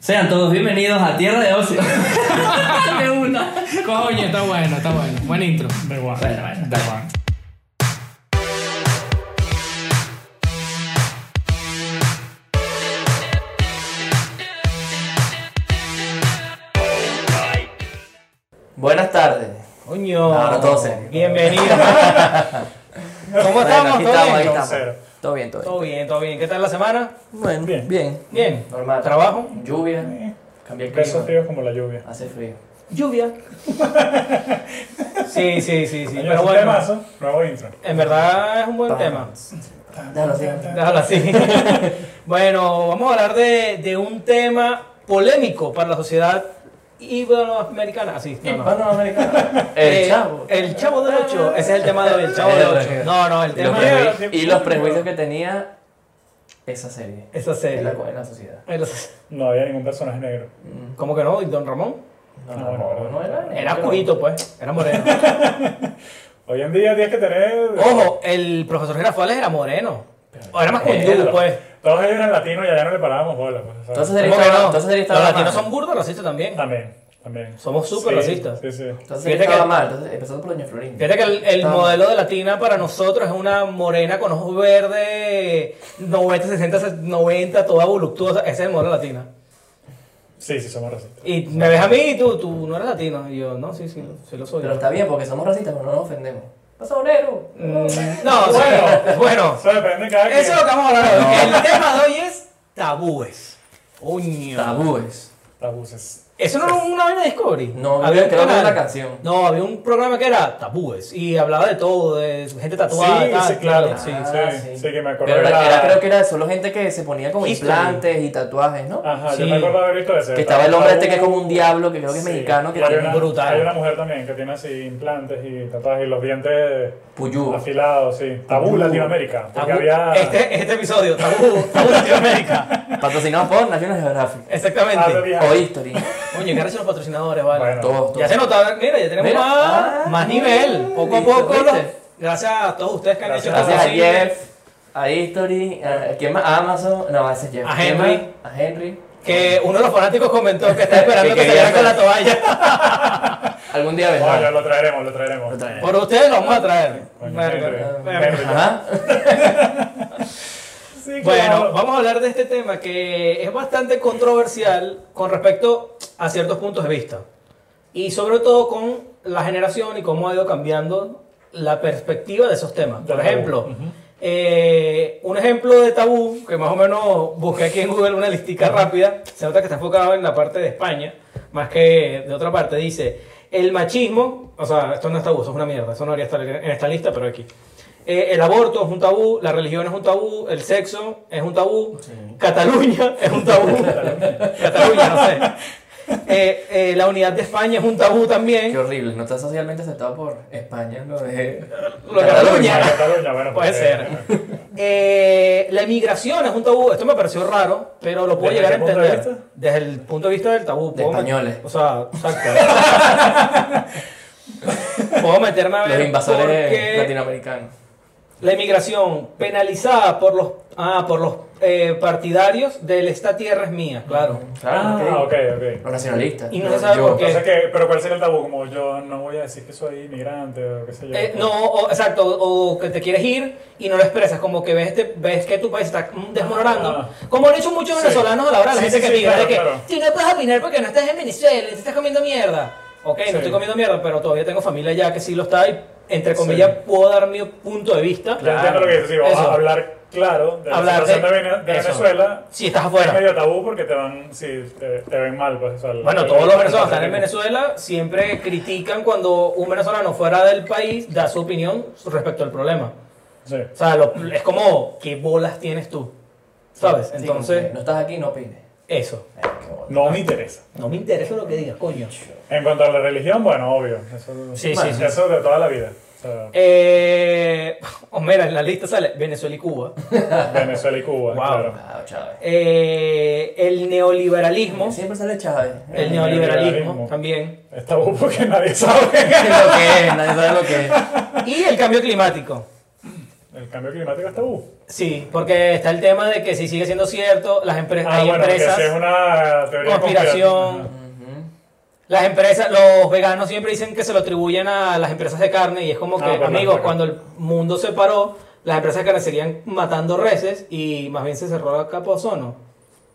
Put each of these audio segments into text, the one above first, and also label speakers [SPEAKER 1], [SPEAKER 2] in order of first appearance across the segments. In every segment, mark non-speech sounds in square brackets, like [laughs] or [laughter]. [SPEAKER 1] Sean todos bienvenidos a Tierra de
[SPEAKER 2] [laughs]
[SPEAKER 1] Ocio. Me uno.
[SPEAKER 3] Coño, está bueno, está bueno. Buen intro.
[SPEAKER 4] Da igual.
[SPEAKER 1] Bueno, bueno.
[SPEAKER 4] Da igual.
[SPEAKER 1] Buenas tardes.
[SPEAKER 2] Coño.
[SPEAKER 1] Ahora todo serio.
[SPEAKER 2] Bienvenido. [laughs] ¿Cómo
[SPEAKER 1] Bueno,
[SPEAKER 2] estamos?
[SPEAKER 1] aquí
[SPEAKER 2] ¿Todo
[SPEAKER 1] estamos, aquí
[SPEAKER 2] bien?
[SPEAKER 1] estamos.
[SPEAKER 4] Cero.
[SPEAKER 1] Todo bien, todo bien.
[SPEAKER 2] Todo bien, todo bien. ¿Qué tal la semana?
[SPEAKER 1] Bueno, bien.
[SPEAKER 4] Bien.
[SPEAKER 2] Bien.
[SPEAKER 1] Normal.
[SPEAKER 2] ¿Trabajo?
[SPEAKER 1] Lluvia. Cambié el
[SPEAKER 4] Besos
[SPEAKER 1] clima.
[SPEAKER 4] fríos como la lluvia.
[SPEAKER 1] Hace frío.
[SPEAKER 2] Lluvia. Sí, sí, sí, sí.
[SPEAKER 4] Coño, es
[SPEAKER 2] Pero
[SPEAKER 4] un
[SPEAKER 2] bueno,
[SPEAKER 4] temazo, nuevo intro.
[SPEAKER 2] en verdad es un buen tema.
[SPEAKER 1] Déjalo así.
[SPEAKER 2] Déjalo así. [laughs] bueno, vamos a hablar de, de un tema polémico para la sociedad iberoamericana. Así, no, no.
[SPEAKER 1] Panamericana.
[SPEAKER 2] Eh,
[SPEAKER 1] El chavo.
[SPEAKER 2] [laughs] El chavo del 8. Ese es el tema de hoy. El chavo del 8. No, no, el
[SPEAKER 1] Y los,
[SPEAKER 2] tema
[SPEAKER 4] prejuicios.
[SPEAKER 2] de
[SPEAKER 1] prejuicios- y los prejuicios que tenía esa serie.
[SPEAKER 2] esa
[SPEAKER 1] En la,
[SPEAKER 2] serie.
[SPEAKER 1] en la sociedad.
[SPEAKER 2] El-
[SPEAKER 4] No había ningún personaje negro.
[SPEAKER 1] Mm.
[SPEAKER 2] ¿Cómo que no? ¿Y Don Ramón?
[SPEAKER 1] No,
[SPEAKER 4] No,
[SPEAKER 1] no,
[SPEAKER 4] bueno,
[SPEAKER 1] no, no era.
[SPEAKER 2] Ah, Era
[SPEAKER 1] no.
[SPEAKER 2] curito, pues. Era moreno.
[SPEAKER 4] Hoy en día tienes que tener.
[SPEAKER 2] [laughs] Ojo, el profesor Girafales era moreno. O era más
[SPEAKER 4] Negro.
[SPEAKER 2] condudo, pues.
[SPEAKER 4] Todos ellos eran latinos y allá no le parábamos bola. Pues, ¿sabes?
[SPEAKER 1] Entonces eh. él
[SPEAKER 2] ¿Cómo que
[SPEAKER 1] estaba,
[SPEAKER 2] no?
[SPEAKER 1] entonces él
[SPEAKER 2] Los
[SPEAKER 1] estaba
[SPEAKER 2] latinos
[SPEAKER 1] mal.
[SPEAKER 2] son burdos racistas también.
[SPEAKER 4] También, también.
[SPEAKER 2] Somos súper
[SPEAKER 4] Sí,
[SPEAKER 2] racistas.
[SPEAKER 4] Sí, sí.
[SPEAKER 1] Entonces él
[SPEAKER 2] Fíjate
[SPEAKER 1] estaba
[SPEAKER 2] que-
[SPEAKER 1] mal. Entonces, empezando por Doña Florinda.
[SPEAKER 2] Fíjate que el, el
[SPEAKER 1] Estaba-
[SPEAKER 2] modelo de latina para nosotros es una morena con ojos verdes, 90, 60, 90, toda voluptuosa. Ese es el modelo latina.
[SPEAKER 4] Sí, sí, somos racistas.
[SPEAKER 2] Y me ves a mí y tú, tú no eres latino. Y yo, no, sí, sí, sí lo soy.
[SPEAKER 1] Pero está bien, porque somos racistas, pero no nos ofendemos. ¡Pasa, obrero!
[SPEAKER 2] Mm, no, bueno,
[SPEAKER 4] Bueno.
[SPEAKER 2] bueno.
[SPEAKER 4] Eso depende de cada
[SPEAKER 2] Eso es lo que
[SPEAKER 4] quien.
[SPEAKER 2] vamos a hablar hoy. El tema de hoy es tabúes. Coño.
[SPEAKER 1] Tabúes.
[SPEAKER 4] Tabuces.
[SPEAKER 2] Eso no era una vaina de Discovery.
[SPEAKER 1] No,
[SPEAKER 2] un
[SPEAKER 1] creo que era
[SPEAKER 2] canal.
[SPEAKER 1] una canción.
[SPEAKER 2] No, había un programa que era tabúes y hablaba de todo, de gente tatuada.
[SPEAKER 4] sí,
[SPEAKER 2] tal,
[SPEAKER 4] sí, claro.
[SPEAKER 2] tal,
[SPEAKER 4] Sí,
[SPEAKER 2] sí.
[SPEAKER 1] Ah,
[SPEAKER 4] sí,
[SPEAKER 1] sí.
[SPEAKER 4] sí, que me acordé.
[SPEAKER 1] Pero era,
[SPEAKER 4] la-
[SPEAKER 1] era- creo que era solo gente que se ponía como
[SPEAKER 2] History.
[SPEAKER 1] implantes y tatuajes, ¿no?
[SPEAKER 4] Ajá,
[SPEAKER 2] Sí.
[SPEAKER 4] yo me acuerdo haber visto ese.
[SPEAKER 1] Que estaba el hombre este que es como un
[SPEAKER 4] Uh,
[SPEAKER 1] diablo, que creo que es mexicano, que
[SPEAKER 4] y hay
[SPEAKER 1] tiene
[SPEAKER 4] una-
[SPEAKER 2] un brutal.
[SPEAKER 4] Hay una mujer también que tiene así implantes y tatuajes y los dientes [laughs]
[SPEAKER 1] Puyú.
[SPEAKER 4] afilados, sí. Tabú
[SPEAKER 1] Uh. Tabú.
[SPEAKER 4] Latinoamérica. Porque
[SPEAKER 2] Tabú.
[SPEAKER 4] había.
[SPEAKER 2] Este, este episodio,
[SPEAKER 4] [laughs]
[SPEAKER 2] tabú, tabú Latinoamérica.
[SPEAKER 1] Patrocinado por National Geographic.
[SPEAKER 4] Ah, lo
[SPEAKER 2] Exactamente.
[SPEAKER 4] vi.
[SPEAKER 1] O
[SPEAKER 4] [laughs]
[SPEAKER 1] History.
[SPEAKER 2] Oye, qué arrecho los patrocinadores, vale.
[SPEAKER 4] Bueno.
[SPEAKER 1] Todo, todo.
[SPEAKER 2] Ya se nota, mira, ya tenemos
[SPEAKER 1] Mira.
[SPEAKER 2] más,
[SPEAKER 1] Ah,
[SPEAKER 2] más nivel. Poco a
[SPEAKER 1] ¿viste?
[SPEAKER 2] poco.
[SPEAKER 1] ¿viste?
[SPEAKER 2] los- gracias a todos ustedes que han hecho esto
[SPEAKER 1] Gracias a
[SPEAKER 2] posible.
[SPEAKER 1] Jeff, a History, a, ¿quién más? A Amazon. No, ese es Jeff.
[SPEAKER 2] A
[SPEAKER 1] ¿Quién
[SPEAKER 2] Henry.
[SPEAKER 1] más? A Henry.
[SPEAKER 2] Que uno de los fanáticos comentó
[SPEAKER 1] [laughs]
[SPEAKER 2] que está esperando
[SPEAKER 1] Que
[SPEAKER 2] que, se
[SPEAKER 1] quería
[SPEAKER 2] salga con la toalla.
[SPEAKER 1] Algún día
[SPEAKER 4] Bueno, ya
[SPEAKER 1] vendrá.
[SPEAKER 4] lo traeremos, lo traeremos.
[SPEAKER 1] Lo traeré.
[SPEAKER 2] Por ustedes lo vamos a traer.
[SPEAKER 4] Coño,
[SPEAKER 2] Verga.
[SPEAKER 4] Henry.
[SPEAKER 2] Verga.
[SPEAKER 4] Henry.
[SPEAKER 1] Ah. Ajá.
[SPEAKER 4] Sí,
[SPEAKER 2] Bueno,
[SPEAKER 4] claro.
[SPEAKER 2] vamos a hablar de este tema que es bastante controversial con respecto a ciertos puntos de vista. Y sobre todo con la generación y cómo ha ido cambiando la perspectiva de esos temas. Por
[SPEAKER 4] De tabú.
[SPEAKER 2] ejemplo, eh, un ejemplo de tabú, que más o menos busqué aquí en Google una listica rápida, se nota que está enfocado en la parte de España, más que de otra parte, dice, el machismo, o sea, esto no es tabú, eso es una mierda, eso no debería estar en esta lista, pero aquí. Eh, el aborto es un tabú, la religión es un tabú, el sexo es un tabú, Cataluña es un tabú, Cataluña, no sé. Eh, eh, la unidad de España es un tabú
[SPEAKER 1] Qué
[SPEAKER 2] también.
[SPEAKER 1] horrible, no está socialmente aceptado por España, lo de
[SPEAKER 2] Lo de Cataluña.
[SPEAKER 4] Bueno, Cataluña, bueno, pues,
[SPEAKER 2] Puede
[SPEAKER 4] porque-
[SPEAKER 2] ser. Eh, la emigración es un tabú. Esto me pareció raro, pero lo puedo
[SPEAKER 4] ¿Desde
[SPEAKER 2] llegar a
[SPEAKER 4] qué punto de
[SPEAKER 2] entender.
[SPEAKER 4] vista?
[SPEAKER 2] Desde el punto de vista del tabú.
[SPEAKER 1] De
[SPEAKER 2] puedo met-
[SPEAKER 1] españoles.
[SPEAKER 2] O sea, exacto. [laughs] puedo meterme a ver.
[SPEAKER 1] los invasores
[SPEAKER 2] porque
[SPEAKER 1] latinoamericanos.
[SPEAKER 2] La emigración penalizada por los, ah, por los eh, partidarios del esta tierra es mía, claro.
[SPEAKER 4] Ah, ok, ok.
[SPEAKER 1] Los nacionalistas.
[SPEAKER 2] Y no se sabe
[SPEAKER 1] Yo-
[SPEAKER 2] por qué.
[SPEAKER 4] Entonces, ¿qué? ¿pero cuál sería el tabú? Como yo no voy a decir que soy inmigrante o qué sé yo.
[SPEAKER 2] Eh, no, o- exacto, o o que te quieres ir y no lo expresas, como que ves, este- ves que tu país está mm, desmoronando.
[SPEAKER 4] Ah.
[SPEAKER 2] Como han hecho muchos
[SPEAKER 4] Sí.
[SPEAKER 2] venezolanos a la hora, la
[SPEAKER 4] Sí,
[SPEAKER 2] gente
[SPEAKER 4] sí,
[SPEAKER 2] que
[SPEAKER 4] sí,
[SPEAKER 2] migra,
[SPEAKER 4] claro,
[SPEAKER 2] de que
[SPEAKER 4] claro.
[SPEAKER 2] tú no puedes opinar porque no estás en Venezuela, te estás comiendo mierda. Ok,
[SPEAKER 4] Sí.
[SPEAKER 2] no estoy comiendo mierda, pero todavía tengo familia ya que sí lo está y entre comillas
[SPEAKER 4] Sí.
[SPEAKER 2] puedo dar mi punto de vista.
[SPEAKER 4] Yo entiendo lo que dices, sí, vamos
[SPEAKER 2] Eso.
[SPEAKER 4] a hablar claro de la
[SPEAKER 2] Hablar de-
[SPEAKER 4] situación de, Vene- de
[SPEAKER 2] eso.
[SPEAKER 4] Venezuela.
[SPEAKER 2] Si estás
[SPEAKER 4] Es
[SPEAKER 2] afuera.
[SPEAKER 4] medio tabú porque te van, sí, te, te ven mal, pues. o sea, el-
[SPEAKER 2] Bueno,
[SPEAKER 4] el-
[SPEAKER 2] todos los
[SPEAKER 4] el-
[SPEAKER 2] venezolanos que están en
[SPEAKER 4] el-
[SPEAKER 2] Venezuela siempre critican cuando un venezolano fuera del país da su opinión respecto al problema.
[SPEAKER 4] Sí.
[SPEAKER 2] O sea, lo- es como, ¿qué bolas tienes tú? ¿Sabes?
[SPEAKER 1] Sí,
[SPEAKER 2] Entonces,
[SPEAKER 1] como que no estás aquí, no opines.
[SPEAKER 2] eso.
[SPEAKER 1] Eh, qué bola.
[SPEAKER 4] No me interesa.
[SPEAKER 2] No me interesa lo que digas, coño.
[SPEAKER 4] En cuanto a la religión, bueno, obvio. Eso,
[SPEAKER 2] Sí,
[SPEAKER 4] bueno,
[SPEAKER 2] sí, sí.
[SPEAKER 4] eso de toda la vida. O sea,
[SPEAKER 2] Eh, [laughs] oh, mira, en la lista sale Venezuela y Cuba.
[SPEAKER 4] Venezuela y Cuba,
[SPEAKER 2] Wow.
[SPEAKER 4] claro.
[SPEAKER 1] Claro, Chávez.
[SPEAKER 2] Eh, el neoliberalismo.
[SPEAKER 1] Siempre sale Chávez. Eh,
[SPEAKER 2] El
[SPEAKER 4] El
[SPEAKER 2] neoliberalismo
[SPEAKER 4] neoliberalismo.
[SPEAKER 2] también.
[SPEAKER 4] Es tabú porque nadie
[SPEAKER 1] [laughs]
[SPEAKER 4] sabe.
[SPEAKER 2] [laughs]
[SPEAKER 1] Nadie sabe lo que es, nadie sabe lo que es.
[SPEAKER 2] Y el cambio climático.
[SPEAKER 4] El cambio climático es tabú.
[SPEAKER 2] Sí, porque está el tema de que si sigue siendo cierto, las empresas,
[SPEAKER 4] Ah,
[SPEAKER 2] hay
[SPEAKER 4] bueno, que
[SPEAKER 2] empresas,
[SPEAKER 4] esa es una teoría
[SPEAKER 2] conspiración.
[SPEAKER 4] conspirativa.
[SPEAKER 1] Ujú.
[SPEAKER 2] las empresas, los veganos siempre dicen que se lo atribuyen a las empresas de carne y es como
[SPEAKER 4] Ah,
[SPEAKER 2] que,
[SPEAKER 4] bueno,
[SPEAKER 2] amigos,
[SPEAKER 4] bueno.
[SPEAKER 2] cuando el mundo se paró, las empresas de carne seguían matando reses y más bien se cerró la capa de ozono,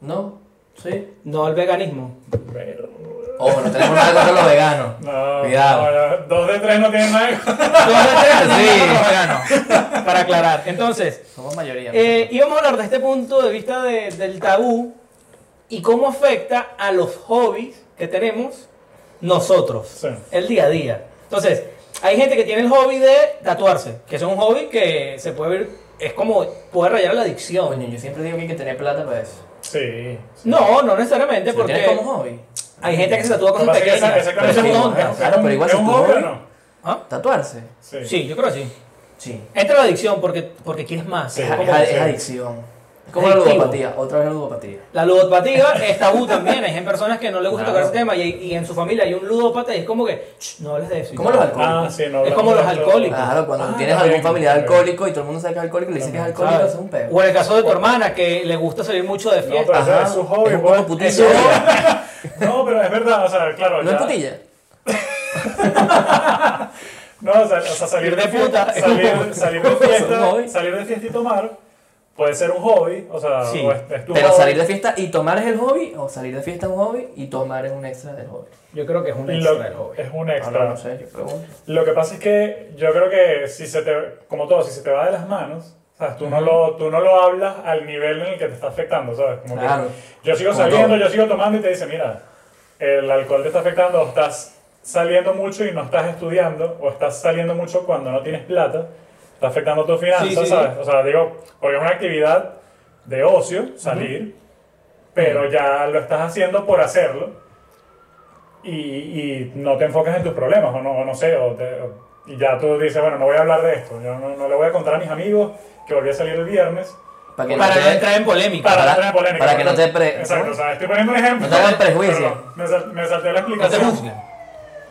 [SPEAKER 1] ¿No? ¿Sí?
[SPEAKER 2] no el veganismo.
[SPEAKER 4] Pero-
[SPEAKER 1] Ojo, no tenemos nada contra los veganos.
[SPEAKER 4] No,
[SPEAKER 1] Cuidado.
[SPEAKER 4] no, no, dos de tres no tienen nada.
[SPEAKER 2] Sí. Para aclarar. Entonces,
[SPEAKER 1] Somos mayoría.
[SPEAKER 2] eh, íbamos a hablar de este punto de vista de- del tabú y cómo afecta a los hobbies que tenemos nosotros,
[SPEAKER 4] Sí.
[SPEAKER 2] el día a día. Entonces, hay gente que tiene el hobby de tatuarse, que es un hobby que se puede ver, es como, puede rayar la adicción.
[SPEAKER 1] Coño, yo siempre digo que hay que tener plata para eso.
[SPEAKER 4] [laughs] Sí. sí.
[SPEAKER 2] No, no
[SPEAKER 1] Si
[SPEAKER 2] necesariamente,
[SPEAKER 1] lo tienes
[SPEAKER 2] porque
[SPEAKER 1] como hobby?
[SPEAKER 2] hay gente que se tatúa cosas
[SPEAKER 4] Pasa que esa-
[SPEAKER 2] pequeñas.
[SPEAKER 4] esa
[SPEAKER 2] pero eso es
[SPEAKER 4] clase-
[SPEAKER 2] un
[SPEAKER 1] tonto,
[SPEAKER 4] es
[SPEAKER 1] claro,
[SPEAKER 4] un-
[SPEAKER 1] claro, pero igual
[SPEAKER 4] ¿Es
[SPEAKER 1] si
[SPEAKER 4] un
[SPEAKER 1] tú
[SPEAKER 4] hobby o
[SPEAKER 1] ves-
[SPEAKER 4] no?
[SPEAKER 2] ¿Ah?
[SPEAKER 1] ¿Tatuarse?
[SPEAKER 4] ¿eh? Sí.
[SPEAKER 2] Sí, yo creo que sí.
[SPEAKER 1] Sí.
[SPEAKER 2] Entra la adicción porque, porque quieres más.
[SPEAKER 4] Sí.
[SPEAKER 1] Es,
[SPEAKER 2] Es como-
[SPEAKER 1] es- es adicción. Es como la
[SPEAKER 2] Adictivo.
[SPEAKER 1] ludopatía. Otra vez la ludopatía.
[SPEAKER 2] La ludopatía es
[SPEAKER 1] [laughs]
[SPEAKER 2] tabú también. Hay personas que no les gusta
[SPEAKER 1] Claro.
[SPEAKER 2] tocar ese tema y, y en su familia hay un ludópata y es como que "Shh, no hables de eso.
[SPEAKER 1] ¿Cómo los alcohólicos?
[SPEAKER 4] Ah, sí, no,
[SPEAKER 2] Es como los
[SPEAKER 4] hablamos de-
[SPEAKER 2] alcohólicos.
[SPEAKER 1] Claro, cuando
[SPEAKER 4] Ah,
[SPEAKER 1] tienes
[SPEAKER 4] está
[SPEAKER 1] algún
[SPEAKER 4] bien,
[SPEAKER 1] familiar
[SPEAKER 4] está bien.
[SPEAKER 1] alcohólico y todo el mundo sabe que es alcohólico y le dices que es
[SPEAKER 4] También,
[SPEAKER 1] alcohólico,
[SPEAKER 2] ¿Sabes?
[SPEAKER 1] eso es un pedo.
[SPEAKER 2] O en el caso de tu hermana que le gusta salir mucho de
[SPEAKER 4] No, pero
[SPEAKER 2] fiesta.
[SPEAKER 4] ese es su hobby,
[SPEAKER 1] es un
[SPEAKER 4] pues.
[SPEAKER 1] poco putilla.
[SPEAKER 4] Eso-
[SPEAKER 2] [laughs]
[SPEAKER 4] No, pero es verdad, o sea, claro.
[SPEAKER 1] ¿No es
[SPEAKER 4] ya-
[SPEAKER 1] putilla?
[SPEAKER 4] No, o sea, o sea, salir
[SPEAKER 2] Ir
[SPEAKER 4] de
[SPEAKER 2] de
[SPEAKER 4] puta,
[SPEAKER 2] puta.
[SPEAKER 4] salir,
[SPEAKER 2] [laughs]
[SPEAKER 4] salir de
[SPEAKER 1] Es un
[SPEAKER 4] fiesta,
[SPEAKER 1] hobby.
[SPEAKER 4] salir de fiesta y tomar puede ser un hobby, o sea,
[SPEAKER 2] Sí,
[SPEAKER 4] o es, es tu
[SPEAKER 1] Pero
[SPEAKER 4] hobby.
[SPEAKER 1] salir de fiesta y tomar es el hobby, o salir de fiesta es un hobby y tomar es un extra del hobby.
[SPEAKER 2] Yo creo que es un
[SPEAKER 4] Y
[SPEAKER 2] extra
[SPEAKER 4] lo-
[SPEAKER 2] del hobby.
[SPEAKER 4] es un
[SPEAKER 1] Ah,
[SPEAKER 4] extra.
[SPEAKER 1] no, no sé, yo pregunto.
[SPEAKER 4] Lo que pasa es que yo creo que si se te, como todo, si se te va de las manos, ¿sabes? Tú, no lo, tú no lo hablas al nivel en el que te está afectando, ¿sabes? Como que
[SPEAKER 1] Claro.
[SPEAKER 4] yo sigo
[SPEAKER 1] Como
[SPEAKER 4] saliendo,
[SPEAKER 1] todo.
[SPEAKER 4] yo sigo tomando y te dice, mira, el alcohol te está afectando, o estás saliendo mucho y no estás estudiando, o estás saliendo mucho cuando no tienes plata, está afectando tus finanzas,
[SPEAKER 2] Sí, sí, sí.
[SPEAKER 4] ¿sabes? O sea, digo, porque es una actividad de ocio, salir, pero ya lo estás haciendo por hacerlo y, y no te enfocas en tus problemas, o no, o no sé, o te- o- y ya tú dices, bueno, no voy a hablar de esto, yo no, no le voy a contar a mis amigos que volví a salir el viernes
[SPEAKER 1] Para que
[SPEAKER 2] Para
[SPEAKER 1] no
[SPEAKER 2] no
[SPEAKER 1] te,
[SPEAKER 2] entrar en polémica.
[SPEAKER 4] para,
[SPEAKER 1] Para-
[SPEAKER 4] no tener polémica.
[SPEAKER 1] para que no te pre-
[SPEAKER 4] Exacto, o sea, estoy poniendo un ejemplo.
[SPEAKER 1] No te hagan prejuicio.
[SPEAKER 4] Perdón, me, sal- me salté la
[SPEAKER 2] No te
[SPEAKER 4] explicación.
[SPEAKER 2] juzguen.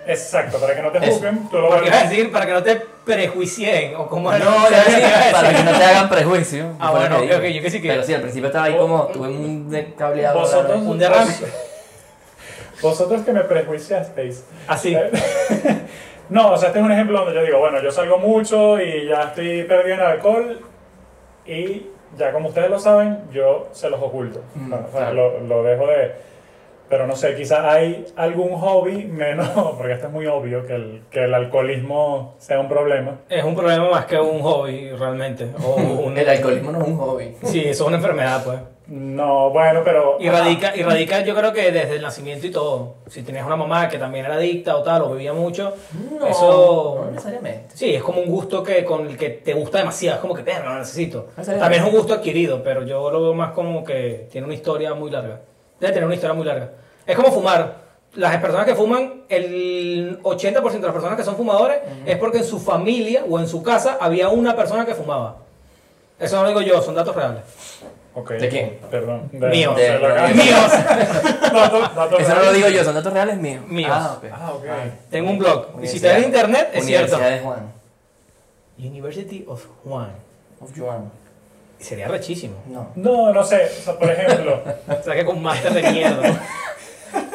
[SPEAKER 4] Exacto, para que no te
[SPEAKER 1] Eso.
[SPEAKER 4] juzguen, tú lo
[SPEAKER 2] Porque iba a
[SPEAKER 4] vuelves.
[SPEAKER 2] decir para que no te prejuicien o como
[SPEAKER 1] No, ya decía, para que no te hagan prejuicio.
[SPEAKER 2] Ah,
[SPEAKER 1] fue lo
[SPEAKER 2] bueno,
[SPEAKER 1] que
[SPEAKER 2] ok,
[SPEAKER 1] dije.
[SPEAKER 2] ok, yo que sí que-
[SPEAKER 1] Pero sí, al principio estaba ahí como, tuve un de- cableado.
[SPEAKER 4] Vosotros,
[SPEAKER 2] Un derrame.
[SPEAKER 4] vosotros que me prejuiciasteis.
[SPEAKER 2] Así.
[SPEAKER 4] Eh, [laughs] no, o sea, este es un ejemplo donde yo digo, bueno, yo salgo mucho y ya estoy perdido en alcohol y ya como ustedes lo saben, yo se los oculto.
[SPEAKER 1] Mm,
[SPEAKER 4] No, o sea,
[SPEAKER 1] claro.
[SPEAKER 4] lo, lo dejo de... Pero no sé, quizás hay algún hobby menos, [laughs] porque esto es muy obvio, que el, que el alcoholismo sea un problema.
[SPEAKER 2] Es un problema más que un hobby realmente.
[SPEAKER 1] [laughs]
[SPEAKER 2] O un,
[SPEAKER 1] El alcoholismo no es un hobby.
[SPEAKER 2] Sí, eso es una enfermedad, pues.
[SPEAKER 4] No, bueno, pero...
[SPEAKER 2] Y radica, y radica yo creo que desde el nacimiento y todo. Si tenías una mamá que también era adicta o tal, o bebía mucho,
[SPEAKER 1] No,
[SPEAKER 2] eso...
[SPEAKER 1] no necesariamente.
[SPEAKER 2] Sí, es como un gusto que con el que te gusta demasiado, es como que perro, lo necesito.
[SPEAKER 1] ¿En serio?
[SPEAKER 2] También es un gusto adquirido, pero yo lo veo más como que tiene una historia muy larga. Debe tener una historia muy larga. Es como fumar. Las personas que fuman, el 80% de las personas que son fumadores es porque en su familia o en su casa había una persona que fumaba. Eso no lo digo yo, son datos reales.
[SPEAKER 4] Ah, Ok.
[SPEAKER 1] ¿De quién?
[SPEAKER 4] Perdón.
[SPEAKER 2] Míos.
[SPEAKER 4] no sé, lo acabo- [laughs]
[SPEAKER 2] Míos.
[SPEAKER 4] Dato- dato
[SPEAKER 1] Eso no lo
[SPEAKER 4] real.
[SPEAKER 1] digo yo, son datos reales míos.
[SPEAKER 2] Míos.
[SPEAKER 1] Ah, ok.
[SPEAKER 4] Ah, ok.
[SPEAKER 2] Tengo un blog. Y si
[SPEAKER 1] Universidad-
[SPEAKER 2] está en internet, es cierto.
[SPEAKER 1] Universidad de Juan.
[SPEAKER 2] University of Juan.
[SPEAKER 1] Of Juan.
[SPEAKER 2] Y Sería rechísimo.
[SPEAKER 1] No.
[SPEAKER 4] No, no sé, o sea,
[SPEAKER 1] [laughs]
[SPEAKER 4] por ejemplo...
[SPEAKER 2] O sea que con máster de mierda. [laughs]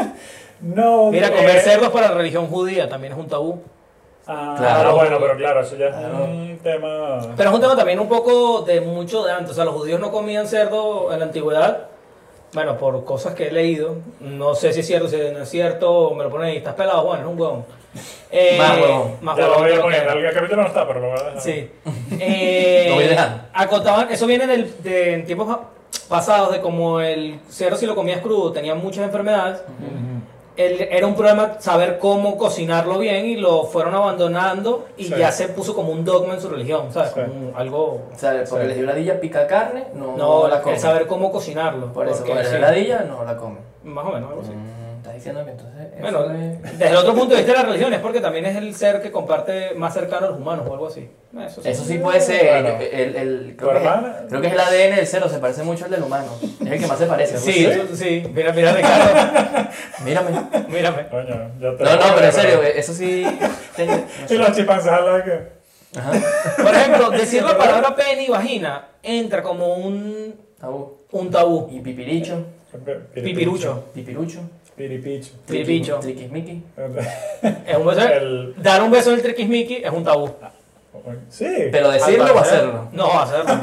[SPEAKER 4] No,
[SPEAKER 2] Mira,
[SPEAKER 4] eh,
[SPEAKER 2] comer cerdos para la religión judía también es un tabú.
[SPEAKER 4] Ah,
[SPEAKER 1] Claro.
[SPEAKER 4] bueno, pero claro, eso ya es
[SPEAKER 1] Claro.
[SPEAKER 4] un tema.
[SPEAKER 2] Pero es un tema también un poco de mucho de antes. O sea, los judíos no comían cerdo en la antigüedad. Bueno, por cosas que he leído. No sé si es cierto, si no es cierto. Me lo ponen ahí. Estás pelado, bueno, es un huevón. Eh,
[SPEAKER 1] Más huevón.
[SPEAKER 2] Más
[SPEAKER 4] ya lo
[SPEAKER 2] huevón
[SPEAKER 4] voy
[SPEAKER 2] de
[SPEAKER 4] a
[SPEAKER 2] lo que
[SPEAKER 4] poner.
[SPEAKER 2] era.
[SPEAKER 4] El capítulo no está, pero lo voy a dejar.
[SPEAKER 2] Sí. Eh,
[SPEAKER 1] No voy a dejar.
[SPEAKER 2] acotaban- eso viene del, de en tiempos pa- pasados, de como el cerdo si lo comías crudo tenía muchas enfermedades. el- era un problema saber cómo cocinarlo bien y lo fueron abandonando y
[SPEAKER 4] Sí.
[SPEAKER 2] ya se puso como un dogma en su religión, ¿sabes?
[SPEAKER 4] Sí.
[SPEAKER 2] Como un- algo...
[SPEAKER 1] O sea, porque
[SPEAKER 4] Sí.
[SPEAKER 1] les dio ladilla pica carne, no,
[SPEAKER 2] No,
[SPEAKER 1] la
[SPEAKER 2] el
[SPEAKER 1] comen.
[SPEAKER 2] saber cómo cocinarlo.
[SPEAKER 1] Por eso,
[SPEAKER 2] porque
[SPEAKER 1] porque les
[SPEAKER 2] sí,
[SPEAKER 1] dio ladilla, no la comen.
[SPEAKER 2] Más o menos. algo así.
[SPEAKER 1] Mm, Estás diciendo que entonces. eso
[SPEAKER 2] Bueno,
[SPEAKER 1] es-
[SPEAKER 2] desde el otro punto de vista de la religión es porque también es el ser que comparte más cercano a los humanos o algo así. Eso sí.
[SPEAKER 1] Eso sí puede ser.
[SPEAKER 4] Claro.
[SPEAKER 1] El, el- el-
[SPEAKER 4] ¿Tu
[SPEAKER 1] creo, que
[SPEAKER 4] hermana?
[SPEAKER 1] es, creo que es el ADN del cero, se parece mucho al del humano. Es el que más se parece. pues,
[SPEAKER 2] Sí, eso sí. Mira, mira, Ricardo.
[SPEAKER 1] Mírame.
[SPEAKER 2] [laughs] Mírame.
[SPEAKER 4] Coño, ya te
[SPEAKER 1] eh. No, no, pero en serio, eso sí. te- no
[SPEAKER 4] ¿Y
[SPEAKER 1] sé.
[SPEAKER 4] [laughs] los chimpancés hablan de qué?
[SPEAKER 1] Ajá.
[SPEAKER 2] Por ejemplo, decir la palabra pene y vagina entra como un,
[SPEAKER 1] Tabú.
[SPEAKER 2] un tabú.
[SPEAKER 1] Y pipiricho,
[SPEAKER 2] Pipirucho.
[SPEAKER 1] pipirucho,
[SPEAKER 4] Piripicho.
[SPEAKER 1] triqui-
[SPEAKER 2] Piripicho.
[SPEAKER 1] triquismiqui.
[SPEAKER 2] Es un beso-
[SPEAKER 4] El-
[SPEAKER 2] Dar un beso en el triquismiqui es un tabú.
[SPEAKER 4] Sí.
[SPEAKER 1] Pero decirlo o hacerlo.
[SPEAKER 2] No, hacerlo.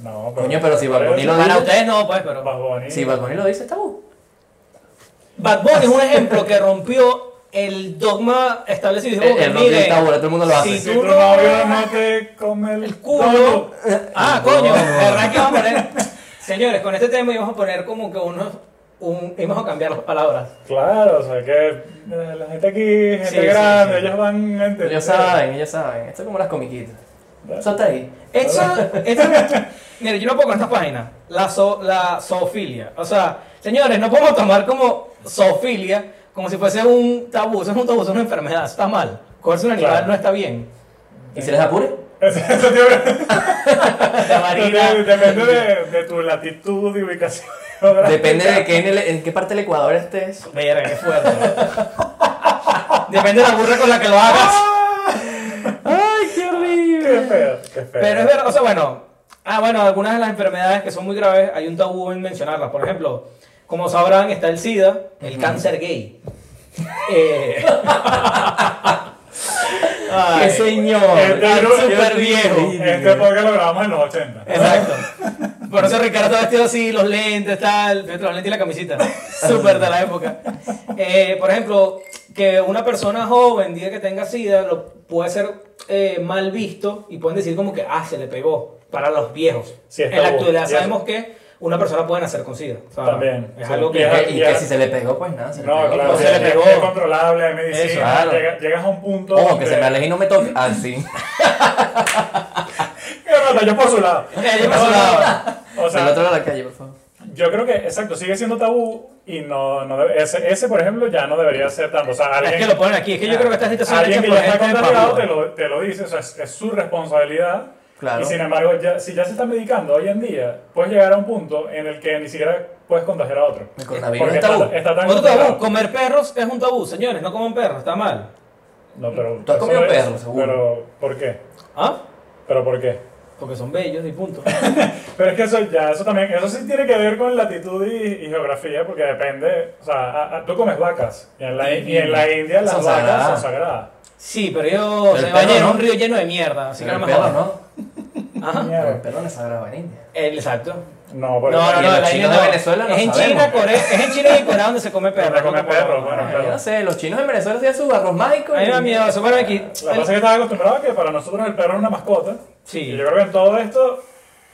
[SPEAKER 4] No, pero.
[SPEAKER 1] Coño, pero si Bad Bunny [laughs] lo
[SPEAKER 2] Para
[SPEAKER 1] dice,
[SPEAKER 2] ustedes no, pues, pero.
[SPEAKER 4] Bad Bunny.
[SPEAKER 1] si Bad Bunny lo dice, es tabú.
[SPEAKER 2] Bad Bunny es un ejemplo que rompió el dogma establecido. y
[SPEAKER 1] El,
[SPEAKER 2] dijo,
[SPEAKER 1] el rompe
[SPEAKER 2] mire,
[SPEAKER 1] el eh, tabú, ahora todo el mundo lo hace.
[SPEAKER 2] sí.
[SPEAKER 4] Si tu novio no te come el,
[SPEAKER 2] el culo.
[SPEAKER 4] todo,
[SPEAKER 2] Ah, coño, ¿verdad que vamos a poner? Señores, con este tema íbamos a poner como que unos. Un, íbamos a cambiar las palabras.
[SPEAKER 4] Claro, o sea que eh, la gente aquí, gente
[SPEAKER 2] Sí, sí, sí.
[SPEAKER 4] grande, ellos van a entender.
[SPEAKER 1] Ellos saben, ellos saben. Esto es como las comiquitas. Eso está ahí.
[SPEAKER 2] Eso,
[SPEAKER 1] [laughs]
[SPEAKER 2] eso, mire, yo no puedo con esta página. La, so- la zoofilia. O sea, señores, no podemos tomar como zoofilia como si fuese un tabú. Eso es un tabú, eso es una enfermedad. Está mal. Cogerse un animal
[SPEAKER 4] Claro.
[SPEAKER 2] no está bien.
[SPEAKER 1] ¿Y si les apure?
[SPEAKER 4] Eso, [laughs] eso te iba a-
[SPEAKER 2] La varina-
[SPEAKER 4] Depende- Depende de, de tu latitud y ubicación. geográfica.
[SPEAKER 1] Depende de qué, en, el- en qué parte del Ecuador estés.
[SPEAKER 2] Verga, qué fuerte. Depende de la burra con la que lo hagas.
[SPEAKER 1] [laughs] ¡Ay, qué
[SPEAKER 4] Qué
[SPEAKER 1] horrible!
[SPEAKER 4] feo, qué feo.
[SPEAKER 2] Pero es verdad, o sea, bueno. Ah, bueno, algunas de las enfermedades que son muy graves hay un tabú en mencionarlas. Por ejemplo, como sabrán, está el SIDA, el cáncer [laughs] gay. Eh, [laughs] ay,
[SPEAKER 1] ¡Qué señor!
[SPEAKER 4] Este
[SPEAKER 1] Tan
[SPEAKER 4] grupo-
[SPEAKER 1] súper viejo! Eh,
[SPEAKER 4] Este podcast lo grabamos en los 80.
[SPEAKER 2] Exacto.
[SPEAKER 4] [laughs]
[SPEAKER 2] Por eso Ricardo está vestido así, los lentes, tal, fíjate, los lentes y la
[SPEAKER 4] [laughs]
[SPEAKER 2] camisita. Súper de la época. Eh, por ejemplo, que una persona joven diga que tenga sida lo puede ser eh, mal visto y pueden decir como que, ah, se le pegó para los viejos.
[SPEAKER 4] Sí, es
[SPEAKER 2] en la
[SPEAKER 4] tabú.
[SPEAKER 2] actualidad
[SPEAKER 4] Y eso-
[SPEAKER 2] sabemos que una persona puede nacer con sida. O sea,
[SPEAKER 4] También.
[SPEAKER 2] Es
[SPEAKER 4] Sí.
[SPEAKER 2] algo
[SPEAKER 1] Y
[SPEAKER 2] que...
[SPEAKER 1] que, y que si se le pegó, pues nada, se le
[SPEAKER 4] No,
[SPEAKER 1] pegó.
[SPEAKER 4] claro,
[SPEAKER 2] no
[SPEAKER 1] pues.
[SPEAKER 2] se
[SPEAKER 4] es,
[SPEAKER 2] le pegó.
[SPEAKER 4] es controlable, hay medicina.
[SPEAKER 1] Eso, claro.
[SPEAKER 4] llega- llegas a un punto.
[SPEAKER 1] Ojo, Oh, que se me
[SPEAKER 4] donde-
[SPEAKER 1] aleje y no me toque. Ah, Así.
[SPEAKER 4] Mira, no, yo por su lado.
[SPEAKER 2] Eh, yo me sonaba.
[SPEAKER 4] O
[SPEAKER 1] Del
[SPEAKER 4] sea,
[SPEAKER 1] otro lado de la calle, por favor.
[SPEAKER 4] yo creo que, exacto, sigue siendo tabú y no, no debe- ese, ese, por ejemplo, ya no debería ser tanto. O sea, alguien,
[SPEAKER 2] Es que lo ponen aquí, es que yo creo que estas citas son
[SPEAKER 4] alguien
[SPEAKER 2] hechas
[SPEAKER 4] que
[SPEAKER 2] por
[SPEAKER 4] ya está
[SPEAKER 2] gente
[SPEAKER 4] contagiado
[SPEAKER 2] empapada.
[SPEAKER 4] te lo, te lo dice, o sea, es, es su responsabilidad.
[SPEAKER 1] Claro.
[SPEAKER 4] Y sin embargo, ya, si ya se está medicando hoy en día, puedes llegar a un punto en el que ni siquiera puedes contagiar a otro.
[SPEAKER 1] El coronavirus
[SPEAKER 4] Porque
[SPEAKER 1] es tabú.
[SPEAKER 4] Está, está tan
[SPEAKER 2] Otro
[SPEAKER 4] controlado.
[SPEAKER 2] tabú, comer perros es un tabú, señores, no coman perros, está mal.
[SPEAKER 4] No, pero,
[SPEAKER 1] Tú has
[SPEAKER 4] eso
[SPEAKER 1] comido
[SPEAKER 4] es-
[SPEAKER 1] perro, seguro.
[SPEAKER 4] Pero, ¿por qué?
[SPEAKER 2] ¿Ah?
[SPEAKER 4] ¿Pero por qué?
[SPEAKER 2] Porque son bellos y punto.
[SPEAKER 4] Pero es que eso ya, eso también, eso sí tiene que ver con latitud y, y geografía, porque depende, o sea, a- a- tú comes vacas, y en la, y en la India las
[SPEAKER 1] Mm. Son
[SPEAKER 4] vacas
[SPEAKER 1] sagradas.
[SPEAKER 4] son sagradas.
[SPEAKER 2] Sí, pero yo
[SPEAKER 1] Pero
[SPEAKER 2] se
[SPEAKER 1] el
[SPEAKER 2] bañé
[SPEAKER 1] perro,
[SPEAKER 2] en
[SPEAKER 1] ¿no?
[SPEAKER 2] un río lleno de mierda, así que
[SPEAKER 1] Pero
[SPEAKER 2] no
[SPEAKER 1] el
[SPEAKER 2] me
[SPEAKER 1] perro,
[SPEAKER 2] jodas.
[SPEAKER 1] ¿no?
[SPEAKER 2] Ajá.
[SPEAKER 1] Pero el
[SPEAKER 4] Mierda.
[SPEAKER 1] perro no es sagrado en India.
[SPEAKER 2] El- exacto.
[SPEAKER 4] No,
[SPEAKER 2] No,
[SPEAKER 4] porque
[SPEAKER 2] no,
[SPEAKER 1] en
[SPEAKER 2] no,
[SPEAKER 1] los
[SPEAKER 2] la
[SPEAKER 1] chinos
[SPEAKER 2] India
[SPEAKER 1] de
[SPEAKER 2] no.
[SPEAKER 1] Venezuela no
[SPEAKER 2] es en
[SPEAKER 1] sabemos.
[SPEAKER 2] China, Corea, es en China y en Corea donde se come perro.
[SPEAKER 4] Donde come
[SPEAKER 2] tampoco-
[SPEAKER 4] perro, pues. bueno,
[SPEAKER 2] Ajá.
[SPEAKER 1] Ay, yo no sé, los chinos en Venezuela tienen su arroz mágico.
[SPEAKER 2] A mí
[SPEAKER 1] y-
[SPEAKER 2] me da miedo eso, bueno, aquí.
[SPEAKER 4] la cosa es que estás acostumbrado a que para nosotros el perro es una mascota, y
[SPEAKER 2] Sí.
[SPEAKER 4] yo creo que en todo esto,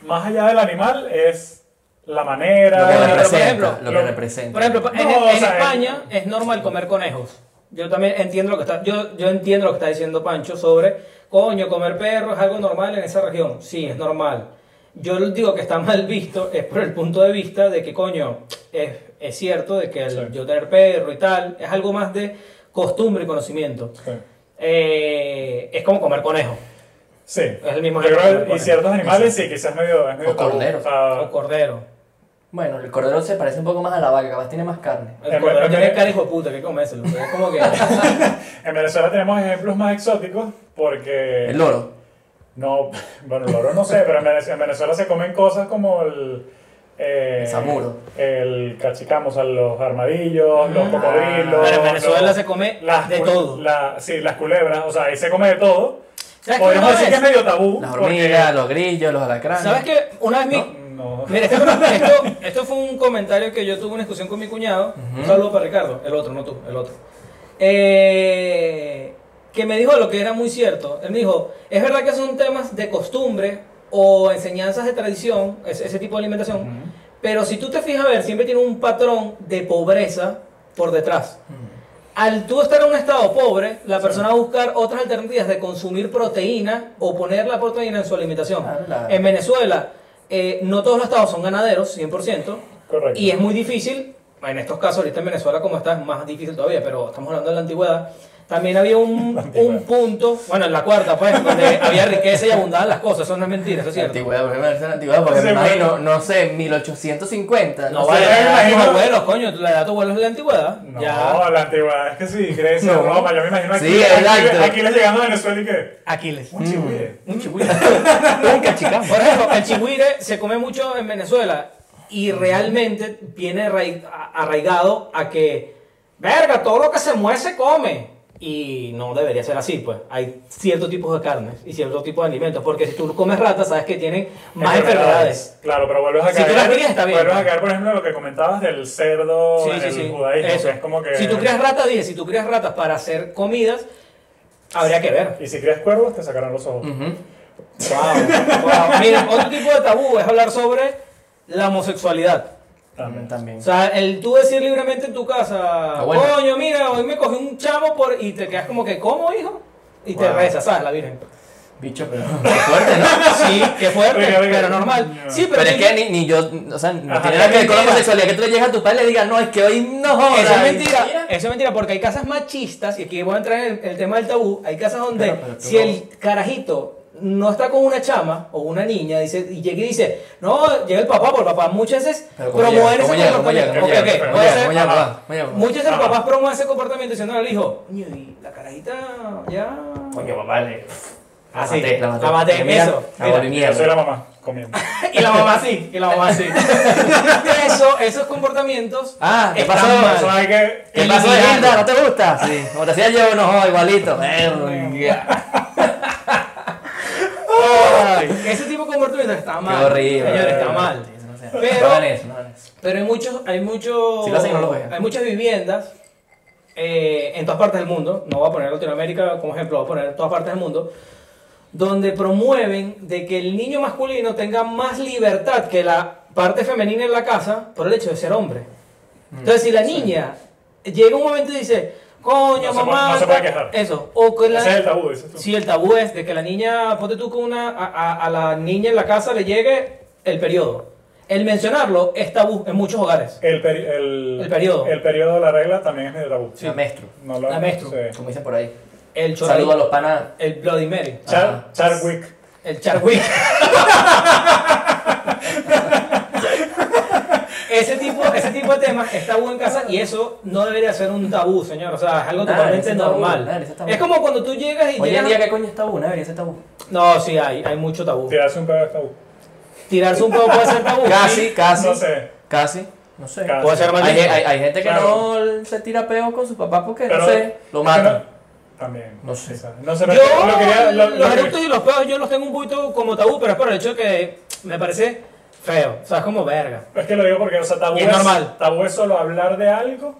[SPEAKER 4] más allá del animal, es la
[SPEAKER 1] Lo
[SPEAKER 4] manera...
[SPEAKER 1] que
[SPEAKER 2] Pero, por
[SPEAKER 1] representa,
[SPEAKER 2] ejemplo,
[SPEAKER 1] lo que
[SPEAKER 4] lo-
[SPEAKER 1] representa.
[SPEAKER 2] Por ejemplo, en,
[SPEAKER 4] No, o
[SPEAKER 2] en
[SPEAKER 4] sea, eh,
[SPEAKER 2] España es normal comer conejos. Yo también entiendo lo que está, yo, yo entiendo lo que está diciendo Pancho sobre, coño, comer perro es algo normal en esa región. Sí, es normal. Yo digo que está mal visto es por el punto de vista de que, coño, es, es cierto de que el-
[SPEAKER 4] Sí.
[SPEAKER 2] yo tener perro y tal es algo más de costumbre y conocimiento. Eh, es como comer conejo
[SPEAKER 4] Sí, es
[SPEAKER 2] el mismo
[SPEAKER 4] yo
[SPEAKER 2] ejemplo pues. que
[SPEAKER 4] creo
[SPEAKER 2] me
[SPEAKER 4] que, y
[SPEAKER 2] ponen.
[SPEAKER 4] ciertos animales sí, quizás medio... Es medio
[SPEAKER 1] O
[SPEAKER 4] tabú,
[SPEAKER 1] cordero.
[SPEAKER 4] o sea,
[SPEAKER 2] o cordero.
[SPEAKER 1] Bueno, el cordero se parece un poco más a la vaca, capaz tiene más carne.
[SPEAKER 2] El
[SPEAKER 4] En
[SPEAKER 2] cordero
[SPEAKER 4] verdad
[SPEAKER 2] tiene
[SPEAKER 4] que-
[SPEAKER 2] cara hijo de puta, que coméselo. Es como
[SPEAKER 4] [laughs]
[SPEAKER 2] que...
[SPEAKER 4] En Venezuela tenemos ejemplos más exóticos porque...
[SPEAKER 1] El loro.
[SPEAKER 4] No, bueno, loro no sé, pero en Venez- en Venezuela, se comen cosas como el. eh,
[SPEAKER 1] El samuro.
[SPEAKER 4] El cachicamo, o sea, los armadillos, los cocodrilos.
[SPEAKER 2] Ah, Pero en Venezuela
[SPEAKER 4] los-
[SPEAKER 2] se come
[SPEAKER 4] las
[SPEAKER 2] de
[SPEAKER 4] cul-
[SPEAKER 2] todo.
[SPEAKER 4] la- sí, las culebras, o sea, ahí se come de todo.
[SPEAKER 2] ¿Sabes qué
[SPEAKER 4] Podríamos
[SPEAKER 2] una
[SPEAKER 4] decir que
[SPEAKER 2] vez?
[SPEAKER 4] es medio tabú.
[SPEAKER 1] Las
[SPEAKER 4] porque-
[SPEAKER 1] hormigas, los grillos, los alacranes.
[SPEAKER 2] ¿Sabes qué? Una vez mi,
[SPEAKER 4] No.
[SPEAKER 2] Mira, esto, esto- esto fue un comentario que yo tuve una discusión con mi cuñado. Un saludo para Ricardo, el otro, no tú, el otro. Eh, que me dijo lo que era muy cierto. Él me dijo, es verdad que son temas de costumbre o enseñanzas de tradición, ese, ese tipo de alimentación, pero si tú te fijas a ver, siempre tiene un patrón de pobreza por detrás. Al tú estar en un estado pobre, la persona va a buscar otras alternativas de consumir proteína o poner la proteína en su alimentación.
[SPEAKER 1] Claro, claro.
[SPEAKER 2] En Venezuela, eh, no todos los estados son ganaderos, 100%,
[SPEAKER 4] Correcto.
[SPEAKER 2] y es muy difícil en estos casos, ahorita en Venezuela como está, es más difícil todavía, pero estamos hablando de la antigüedad, también había
[SPEAKER 4] [laughs]
[SPEAKER 2] un, un punto, bueno, en la cuarta, pues, donde había riqueza y abundaban las cosas, eso no es mentira, eso es cierto.
[SPEAKER 1] Antigüedad, por ejemplo, la antigüedad,
[SPEAKER 2] [laughs]
[SPEAKER 1] porque
[SPEAKER 4] Sí,
[SPEAKER 1] me imagino,
[SPEAKER 4] bueno.
[SPEAKER 1] no sé, 1850.
[SPEAKER 2] No
[SPEAKER 1] sé,
[SPEAKER 2] vale,
[SPEAKER 4] me
[SPEAKER 2] la edad de
[SPEAKER 4] imagino-
[SPEAKER 2] tus abuelos, coño, la edad de tus abuelos es la antigüedad.
[SPEAKER 4] No,
[SPEAKER 2] Ya,
[SPEAKER 4] la antigüedad es que sí, Grecia,
[SPEAKER 1] No.
[SPEAKER 4] Roma, yo me imagino aquí,
[SPEAKER 1] Sí,
[SPEAKER 4] aquí,
[SPEAKER 1] exacto. Mm.
[SPEAKER 4] aquí les llegando a Venezuela y que.
[SPEAKER 2] Aquiles.
[SPEAKER 4] Un chihuire.
[SPEAKER 2] Un chigüire. Por ejemplo, el chigüire se come mucho en Venezuela y realmente viene arraig- a- arraigado a que, verga, todo lo que se mueve se come. Y no debería ser así, pues. Hay ciertos tipos de carnes y ciertos tipos de alimentos. Porque si tú comes ratas, sabes que tienen más enfermedades.
[SPEAKER 4] Claro, pero vuelves a
[SPEAKER 2] Si
[SPEAKER 4] caer.
[SPEAKER 2] tú las crías, está bien.
[SPEAKER 4] Vuelves a caer, por ejemplo, en lo que comentabas del cerdo
[SPEAKER 2] Sí,
[SPEAKER 4] en
[SPEAKER 2] sí,
[SPEAKER 4] el
[SPEAKER 2] sí.
[SPEAKER 4] judaísmo.
[SPEAKER 2] Eso.
[SPEAKER 4] que es como que.
[SPEAKER 2] Si tú crías ratas, dije, si tú crías ratas para hacer comidas, habría que ver.
[SPEAKER 4] Y si crías cuervos, te sacarán los ojos.
[SPEAKER 1] ujú.
[SPEAKER 2] Wow, wow. Mira, otro tipo de tabú es hablar sobre la homosexualidad.
[SPEAKER 1] También,
[SPEAKER 2] O
[SPEAKER 1] también.
[SPEAKER 2] sea, el tú decir libremente en tu casa,
[SPEAKER 1] Ah, bueno.
[SPEAKER 2] coño, mira, hoy me cogí un chavo por... y te quedas como que, ¿cómo, hijo? Y te
[SPEAKER 1] Wow.
[SPEAKER 2] rezas, ¿sabes? La Virgen.
[SPEAKER 1] Bicho, pero [laughs] fuerte, ¿no?
[SPEAKER 2] Sí, [laughs] qué fuerte,
[SPEAKER 4] Oiga, oiga.
[SPEAKER 2] pero normal.
[SPEAKER 4] No.
[SPEAKER 2] Sí, pero,
[SPEAKER 1] Pero es
[SPEAKER 2] tú-
[SPEAKER 1] que ni, ni yo, o sea, no
[SPEAKER 4] Ajá,
[SPEAKER 1] tiene nada que ver con la
[SPEAKER 2] mentira.
[SPEAKER 1] homosexualidad. Que tú le llegas a tu padre y le digas, no, es que hoy no jodas.
[SPEAKER 2] Eso es
[SPEAKER 1] Y-
[SPEAKER 2] mentira, eso es mentira, porque hay casas machistas, y aquí voy a entrar en el, el tema del tabú, hay casas donde
[SPEAKER 1] Pero, pero tú
[SPEAKER 2] si
[SPEAKER 1] no-
[SPEAKER 2] el carajito no está con una chama o una niña, dice, y llega y dice, no, llega el papá, por papá, muchas veces
[SPEAKER 1] Pero ¿cómo llega?
[SPEAKER 2] promueven ese
[SPEAKER 1] ¿Cómo llega? ¿Cómo llega?
[SPEAKER 2] comportamiento.
[SPEAKER 1] ¿Cómo
[SPEAKER 2] Ok,
[SPEAKER 1] llega?
[SPEAKER 2] ok,
[SPEAKER 1] ¿Cómo
[SPEAKER 2] voy a
[SPEAKER 1] llega?
[SPEAKER 2] hacer-
[SPEAKER 1] ¿Cómo llega?
[SPEAKER 4] Ajá.
[SPEAKER 1] ¿Cómo llega?
[SPEAKER 2] Muchas veces los
[SPEAKER 4] Ajá.
[SPEAKER 2] papás promueven ese comportamiento diciendo al hijo, "Ño, y la carajita ya.
[SPEAKER 1] Coño, papá, le...
[SPEAKER 2] Así,
[SPEAKER 1] Lávate, lávate.
[SPEAKER 2] la maté,
[SPEAKER 1] Mira,
[SPEAKER 2] eso.
[SPEAKER 1] ahora
[SPEAKER 2] mira.
[SPEAKER 1] mierda.
[SPEAKER 4] Yo soy la mamá comiendo.
[SPEAKER 2] Y la mamá sí, y la mamá [laughs] sí. Eso, esos comportamientos.
[SPEAKER 1] Ah, [laughs] ¿qué
[SPEAKER 2] están
[SPEAKER 1] pasó?
[SPEAKER 2] mal.
[SPEAKER 4] Eso hay que.
[SPEAKER 1] ¿Qué
[SPEAKER 2] Y
[SPEAKER 1] pasó,
[SPEAKER 2] mirando.
[SPEAKER 1] Hilda? ¿No te gusta? Sí. [laughs] Como te hacía yo, no jodas,
[SPEAKER 2] [laughs]
[SPEAKER 1] igualito. Verga.
[SPEAKER 2] Ay, Ese tipo de comportamientos está
[SPEAKER 1] Qué
[SPEAKER 2] mal.
[SPEAKER 1] horrible.
[SPEAKER 2] Señor, está mal.
[SPEAKER 1] Sí, eso no se hace.
[SPEAKER 2] Pero-
[SPEAKER 1] No hagan eso, no hagan eso.
[SPEAKER 2] Pero hay muchos, hay muchos,
[SPEAKER 1] Si lo hacen, no lo vean.
[SPEAKER 2] hay muchas viviendas eh, en todas partes del mundo. No voy a poner Latinoamérica como ejemplo, voy a poner todas partes del mundo, donde promueven de que el niño masculino tenga más libertad que la parte femenina en la casa por el hecho de ser hombre.
[SPEAKER 1] Mm.
[SPEAKER 2] Entonces, si la niña llega un momento y dice, coño,
[SPEAKER 4] No se
[SPEAKER 2] mamá,
[SPEAKER 4] puede- no se puede
[SPEAKER 2] tal",
[SPEAKER 4] quejar.
[SPEAKER 2] eso, o que la,
[SPEAKER 4] Ese es el tabú, dices tú.
[SPEAKER 2] si el tabú es de que la niña, ponte tú que una, a, a- a la niña en la casa le llegue el periodo. El mencionarlo es tabú en muchos hogares.
[SPEAKER 4] El, peri- el,
[SPEAKER 2] El periodo.
[SPEAKER 4] El periodo, la regla también es medio tabú.
[SPEAKER 1] La maestro,
[SPEAKER 4] No lo-
[SPEAKER 2] La maestro.
[SPEAKER 4] sí.
[SPEAKER 1] como dicen por ahí.
[SPEAKER 2] El chorro-
[SPEAKER 1] Saludos a los panas.
[SPEAKER 2] El Bloody Mary.
[SPEAKER 4] Char-
[SPEAKER 1] Ajá.
[SPEAKER 4] Charwick.
[SPEAKER 2] El Charwick. [laughs] ese, tipo, ese tipo de temas es tabú en casa y eso no debería ser un tabú, señor. O sea, es algo
[SPEAKER 1] Nada,
[SPEAKER 2] totalmente
[SPEAKER 1] ese tabú,
[SPEAKER 2] normal.
[SPEAKER 1] nada, ese tabú.
[SPEAKER 2] es como cuando tú llegas y
[SPEAKER 1] Hoy en
[SPEAKER 2] llegas...
[SPEAKER 1] día, ¿qué coño es tabú? No debería ser tabú.
[SPEAKER 2] No, sí, hay, hay mucho tabú.
[SPEAKER 4] Tirarse un pedo es tabú.
[SPEAKER 2] Tirarse un poco puede ser tabú.
[SPEAKER 1] Casi,
[SPEAKER 2] Ah, sí.
[SPEAKER 1] casi.
[SPEAKER 4] No sé.
[SPEAKER 1] Casi. No sé.
[SPEAKER 4] Casi.
[SPEAKER 2] Puede ser
[SPEAKER 1] Hay,
[SPEAKER 2] maldito.
[SPEAKER 1] hay- hay gente que
[SPEAKER 4] Claro.
[SPEAKER 1] no se tira peo con su papá porque,
[SPEAKER 4] Pero-
[SPEAKER 1] no sé, lo
[SPEAKER 4] pero-
[SPEAKER 1] matan.
[SPEAKER 4] También.
[SPEAKER 1] No sé.
[SPEAKER 4] Quizás. No sé. pero
[SPEAKER 2] Yo,
[SPEAKER 4] lo quería- lo- lo
[SPEAKER 2] los
[SPEAKER 4] quería-
[SPEAKER 2] eructos y los peos yo los tengo un poquito como tabú, pero es por el hecho de que me parece feo. O sea, es como verga.
[SPEAKER 4] Es que lo digo porque, o sea, tabú
[SPEAKER 2] Y es normal.
[SPEAKER 4] Tabú es solo hablar de algo.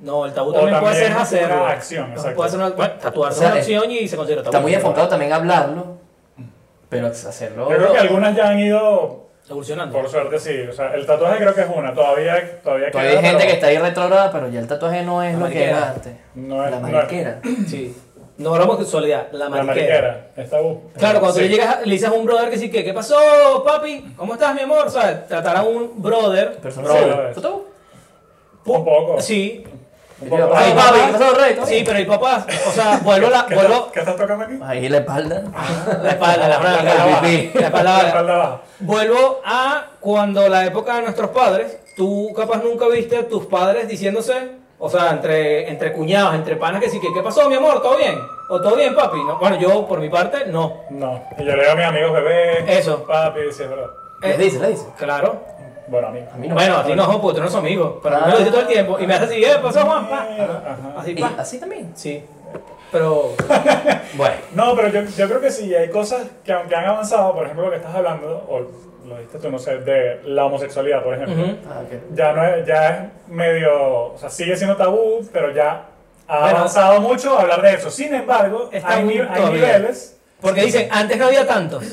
[SPEAKER 2] No, el tabú
[SPEAKER 4] O
[SPEAKER 2] también, puede ser
[SPEAKER 4] también
[SPEAKER 2] hacer
[SPEAKER 4] una
[SPEAKER 2] güey.
[SPEAKER 4] acción, exacto.
[SPEAKER 2] Puede ser una, bueno, tatuarse
[SPEAKER 1] O sea,
[SPEAKER 2] una
[SPEAKER 1] es-
[SPEAKER 2] acción y se considera tabú.
[SPEAKER 1] Está muy enfocado también a hablarlo, pero hacerlo.
[SPEAKER 4] Yo creo
[SPEAKER 2] Oh.
[SPEAKER 4] que algunas ya han ido,
[SPEAKER 2] Evolucionando.
[SPEAKER 4] por suerte sí. O sea, el tatuaje creo que es una. Todavía,
[SPEAKER 1] Todavía
[SPEAKER 4] todavía, queda,
[SPEAKER 1] hay gente
[SPEAKER 4] pero
[SPEAKER 1] que está ahí retrógrada, pero ya el tatuaje no es
[SPEAKER 2] La
[SPEAKER 1] lo que
[SPEAKER 2] mariquera.
[SPEAKER 1] era antes.
[SPEAKER 4] No es-
[SPEAKER 1] la
[SPEAKER 4] no es.
[SPEAKER 1] mariquera.
[SPEAKER 2] Sí. No hablamos de sexualidad, la
[SPEAKER 4] La
[SPEAKER 2] mariquera.
[SPEAKER 4] mariquera. Es tabú.
[SPEAKER 2] Claro, cuando tú
[SPEAKER 4] Sí.
[SPEAKER 2] le llegas, a- le dices a un brother que sí, que, ¿qué pasó, papi? ¿Cómo estás, mi amor? O sea, tratar a un brother.
[SPEAKER 1] Persona
[SPEAKER 4] Sí,
[SPEAKER 1] tabú.
[SPEAKER 4] lo es.
[SPEAKER 1] ¿Eso tabú?
[SPEAKER 4] Un poco.
[SPEAKER 2] Sí.
[SPEAKER 4] Un poco.
[SPEAKER 1] Ay,
[SPEAKER 2] papá.
[SPEAKER 1] papi, ¿qué pasó, rey? ¿Todo
[SPEAKER 2] Sí,
[SPEAKER 1] bien?
[SPEAKER 2] pero hay papás. O sea, vuelvo a la.
[SPEAKER 4] [laughs] ¿Qué,
[SPEAKER 2] Vuelvo,
[SPEAKER 4] estás- qué estás tocando aquí?
[SPEAKER 1] Ahí la espalda.
[SPEAKER 2] la espalda, la espalda,
[SPEAKER 1] La
[SPEAKER 2] baja,
[SPEAKER 1] pipí.
[SPEAKER 2] la espalda
[SPEAKER 4] La
[SPEAKER 2] baja.
[SPEAKER 4] espalda abajo.
[SPEAKER 2] Vuelvo a cuando la época de nuestros padres, tú capaz nunca viste a tus padres diciéndose, o sea, entre, entre cuñados, entre panas, que sí, que qué pasó, mi amor, todo bien, o todo bien, papi. No, bueno, yo por mi parte, no.
[SPEAKER 4] No. Y yo le digo a mis amigos bebés.
[SPEAKER 2] Eso.
[SPEAKER 4] Papi, sí, es verdad.
[SPEAKER 1] Le dice, le dice.
[SPEAKER 2] Claro.
[SPEAKER 4] Bueno, amigos.
[SPEAKER 1] A mí no.
[SPEAKER 2] Eh. Bueno, a ti no, porque tú no sos amigo, pero a mí me lo dices todo el tiempo, y me haces así, "Eh, ¿qué pasó, Juan? Pa.
[SPEAKER 4] Ajá.
[SPEAKER 2] Así,
[SPEAKER 1] ¿Y
[SPEAKER 2] pa.
[SPEAKER 1] así también?
[SPEAKER 2] Sí. Pero,
[SPEAKER 1] Bueno.
[SPEAKER 4] No, pero yo, yo creo que sí, hay cosas que aunque han avanzado, por ejemplo, lo que estás hablando, o lo dijiste tú, no sé, de la homosexualidad, por ejemplo,
[SPEAKER 2] ujú.
[SPEAKER 1] Ah, ok.
[SPEAKER 4] ya, no es, ya es medio, o sea, sigue siendo tabú, pero ya ha
[SPEAKER 2] Bueno.
[SPEAKER 4] avanzado mucho hablar de eso. Sin embargo,
[SPEAKER 2] Es
[SPEAKER 4] hay,
[SPEAKER 2] tabú
[SPEAKER 4] ni- hay
[SPEAKER 2] todavía.
[SPEAKER 4] niveles...
[SPEAKER 2] porque dicen, antes no había tantos.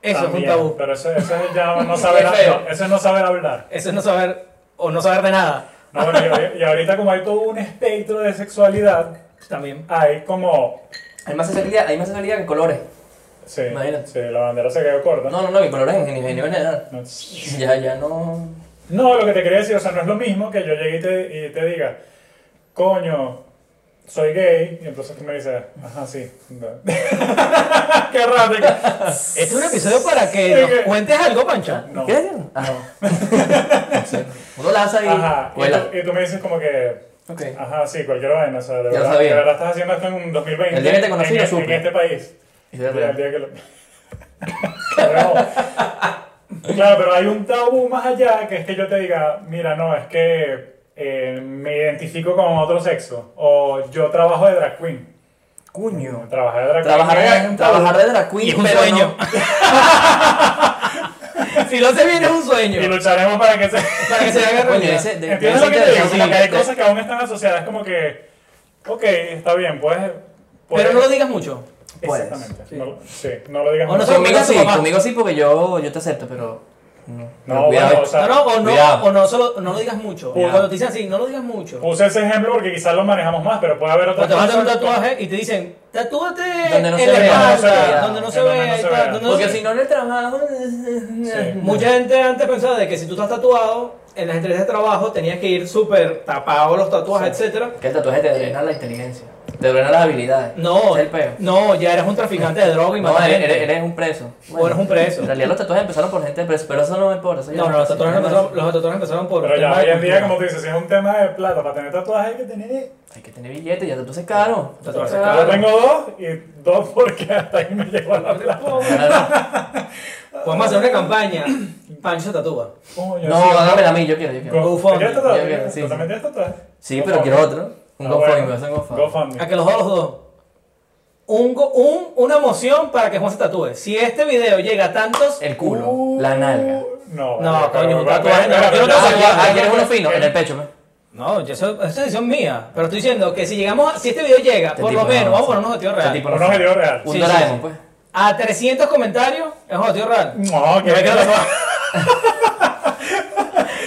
[SPEAKER 2] Eso
[SPEAKER 4] también,
[SPEAKER 2] es un tabú.
[SPEAKER 4] Pero eso, eso es
[SPEAKER 2] [laughs]
[SPEAKER 4] ya no saber,
[SPEAKER 1] Qué feo.
[SPEAKER 4] no, eso es no saber hablar.
[SPEAKER 2] Eso es no saber, o no saber de nada,
[SPEAKER 4] No, bueno, y, y ahorita como hay todo un espectro de sexualidad,
[SPEAKER 2] también.
[SPEAKER 4] hay como...
[SPEAKER 1] Hay más sexualidad, hay más sexualidad que colores.
[SPEAKER 4] Sí,
[SPEAKER 1] Imagínate.
[SPEAKER 4] sí, la bandera se quedó corta.
[SPEAKER 1] No, no, no, que colores en en general.
[SPEAKER 4] No,
[SPEAKER 1] Ya, ya no.
[SPEAKER 4] No, lo que te quería decir, o sea, no es lo mismo que yo llegue y te, y te diga, coño, soy gay, y entonces tú me dices, ajá, sí. no". [laughs] Qué raro.
[SPEAKER 2] Este es un episodio para que
[SPEAKER 4] Sí,
[SPEAKER 2] nos
[SPEAKER 4] que-
[SPEAKER 2] cuentes algo, Pancha.
[SPEAKER 4] No.
[SPEAKER 1] ¿Qué? Ah.
[SPEAKER 4] No.
[SPEAKER 1] [laughs] Uno lanza y
[SPEAKER 4] Ajá. Y
[SPEAKER 1] vuela.
[SPEAKER 4] tú, y tú me dices como que,
[SPEAKER 1] Ok.
[SPEAKER 4] ajá, sí, cualquier vaina, o sea, de
[SPEAKER 1] Ya lo
[SPEAKER 4] verdad,
[SPEAKER 1] sabía.
[SPEAKER 4] de verdad estás haciendo esto en 2020.
[SPEAKER 1] El día que te conocí,
[SPEAKER 4] en,
[SPEAKER 1] lo
[SPEAKER 4] en
[SPEAKER 1] supe.
[SPEAKER 4] este país.
[SPEAKER 1] Y se
[SPEAKER 4] Claro, el
[SPEAKER 1] ve.
[SPEAKER 4] día que lo- [laughs] Pero- claro, pero hay un tabú más allá que es que yo te diga, mira, no, es que eh, me identifico con otro sexo o yo trabajo de drag queen.
[SPEAKER 1] Coño.
[SPEAKER 4] Trabajar de drag
[SPEAKER 1] Trabajar,
[SPEAKER 4] queen. es un
[SPEAKER 1] de-
[SPEAKER 4] tabú.
[SPEAKER 1] trabajar de drag queen,
[SPEAKER 2] Y es un
[SPEAKER 1] pero
[SPEAKER 2] sueño. [laughs] Ah, si lo hace bien es un sueño.
[SPEAKER 4] Y lucharemos
[SPEAKER 2] [laughs]
[SPEAKER 4] para que se...
[SPEAKER 2] Para que se haga
[SPEAKER 1] no. Coño,
[SPEAKER 2] realidad.
[SPEAKER 1] ese de-
[SPEAKER 4] ¿Entiendes
[SPEAKER 1] ese
[SPEAKER 4] lo que te digo?
[SPEAKER 1] interesante,
[SPEAKER 4] Como que hay
[SPEAKER 1] sí.
[SPEAKER 4] cosas que aún están asociadas, es como que, ok, está bien, puedes... puedes-
[SPEAKER 1] pues,
[SPEAKER 2] Pero no lo digas mucho.
[SPEAKER 1] Puedes,
[SPEAKER 4] Exactamente.
[SPEAKER 2] sí.
[SPEAKER 4] No, sí, no lo digas.
[SPEAKER 2] O no
[SPEAKER 4] mucho.
[SPEAKER 2] sé,
[SPEAKER 1] Conmigo
[SPEAKER 2] mira tu
[SPEAKER 1] sí,
[SPEAKER 2] mamá.
[SPEAKER 1] conmigo sí, porque yo, yo te acepto, pero. No, pero
[SPEAKER 4] bueno,
[SPEAKER 1] cuidado.
[SPEAKER 4] o sea,
[SPEAKER 2] no, no, o no,
[SPEAKER 1] cuidado.
[SPEAKER 2] o no, solo, no lo digas mucho.
[SPEAKER 1] Cuidado.
[SPEAKER 2] Cuando te dicen así, no lo digas mucho.
[SPEAKER 4] Puse ese ejemplo porque quizás lo manejamos más, pero puede haber
[SPEAKER 2] O
[SPEAKER 4] otras
[SPEAKER 2] te vas a hacer un
[SPEAKER 4] cosas-
[SPEAKER 2] tatuaje y te dicen, tatúate
[SPEAKER 1] Donde no
[SPEAKER 2] en
[SPEAKER 1] se
[SPEAKER 2] la
[SPEAKER 1] vea,
[SPEAKER 2] espalda,
[SPEAKER 1] donde no se vea.
[SPEAKER 2] donde no se
[SPEAKER 4] En donde
[SPEAKER 2] vea,
[SPEAKER 4] no
[SPEAKER 2] y
[SPEAKER 4] se
[SPEAKER 2] tal,
[SPEAKER 4] vea.
[SPEAKER 2] donde no
[SPEAKER 1] porque
[SPEAKER 2] se-
[SPEAKER 1] si no en el trabajo.
[SPEAKER 2] Mucha gente antes pensaba de que si tú estás tatuado, en las entrevistas de trabajo tenías que ir súper tapado los tatuajes, etcétera.
[SPEAKER 1] [laughs] Que el tatuaje te drena la inteligencia, te drena las habilidades.
[SPEAKER 2] No,
[SPEAKER 1] Ese es el peo.
[SPEAKER 2] no, ya eres un traficante de droga y
[SPEAKER 1] No,
[SPEAKER 2] matas
[SPEAKER 1] eres,
[SPEAKER 2] gente.
[SPEAKER 1] eres- eres un preso.
[SPEAKER 2] O eres un preso.
[SPEAKER 1] En realidad los tatuajes empezaron por gente presa, pero eso no me importa. eso ya
[SPEAKER 2] No, no, los tatuajes,
[SPEAKER 1] no-
[SPEAKER 2] empezaron, los tatuajes empezaron por...
[SPEAKER 4] Pero ya
[SPEAKER 2] tema
[SPEAKER 4] hoy
[SPEAKER 2] de
[SPEAKER 4] en día,
[SPEAKER 2] cultura.
[SPEAKER 4] como tú dices, si es un tema de plata, para tener tatuajes hay que tener.
[SPEAKER 1] Hay que tener billetes, ya tatuajes es caro.
[SPEAKER 2] Tatuajes
[SPEAKER 1] Eso es
[SPEAKER 2] Claro.
[SPEAKER 4] Yo tengo dos y dos porque hasta ahí me llegó la plata.
[SPEAKER 1] Claro.
[SPEAKER 2] Podemos hacer una campaña. Pancho se tatúa.
[SPEAKER 4] Coño,
[SPEAKER 1] No,
[SPEAKER 4] sí,
[SPEAKER 1] hágamela a mí, yo quiero, yo quiero.
[SPEAKER 4] Go-
[SPEAKER 2] GoFundMe.
[SPEAKER 4] ¿Te quieres
[SPEAKER 1] Yo quiero,
[SPEAKER 4] tatuajes?
[SPEAKER 1] sí,
[SPEAKER 4] ¿Tú
[SPEAKER 1] sí.
[SPEAKER 4] también tienes tatuajes?
[SPEAKER 1] Sí, pero quiero otro.
[SPEAKER 2] Ah,
[SPEAKER 1] Un GoFundMe, voy a hacer un GoFundMe.
[SPEAKER 2] A
[SPEAKER 4] GoFundMe.
[SPEAKER 2] que los dos, los dos. Un, go- un, una moción para que Juan se tatúe. Si este video llega a tantos...
[SPEAKER 1] El culo,
[SPEAKER 2] Uh.
[SPEAKER 1] la nalga.
[SPEAKER 4] No,
[SPEAKER 2] No,
[SPEAKER 4] vale,
[SPEAKER 2] coño,
[SPEAKER 4] pero-
[SPEAKER 2] un tatuaje no,
[SPEAKER 4] espera,
[SPEAKER 2] yo no
[SPEAKER 4] espera,
[SPEAKER 1] Ah,
[SPEAKER 2] sé,
[SPEAKER 4] espera,
[SPEAKER 1] ah,
[SPEAKER 2] ya-
[SPEAKER 1] ¿quieres
[SPEAKER 4] espera,
[SPEAKER 1] uno fino? En el pecho, pues. ¿me?
[SPEAKER 2] No, yo eso, esa es decisión mía. Pero estoy diciendo que si llegamos, a- si este video llega,
[SPEAKER 1] Este
[SPEAKER 2] por
[SPEAKER 1] tipo
[SPEAKER 2] lo menos,
[SPEAKER 1] no,
[SPEAKER 2] vamos a
[SPEAKER 1] sí.
[SPEAKER 2] poner un objetivo
[SPEAKER 1] Este
[SPEAKER 2] real.
[SPEAKER 1] tipo
[SPEAKER 4] Un objetivo real.
[SPEAKER 1] Un
[SPEAKER 2] Sí, sí,
[SPEAKER 1] Doraemon,
[SPEAKER 2] sí.
[SPEAKER 1] pues.
[SPEAKER 2] A 300 comentarios, es un objetivo
[SPEAKER 4] [laughs]
[SPEAKER 2] real.
[SPEAKER 4] No, que
[SPEAKER 2] me quedo
[SPEAKER 4] no.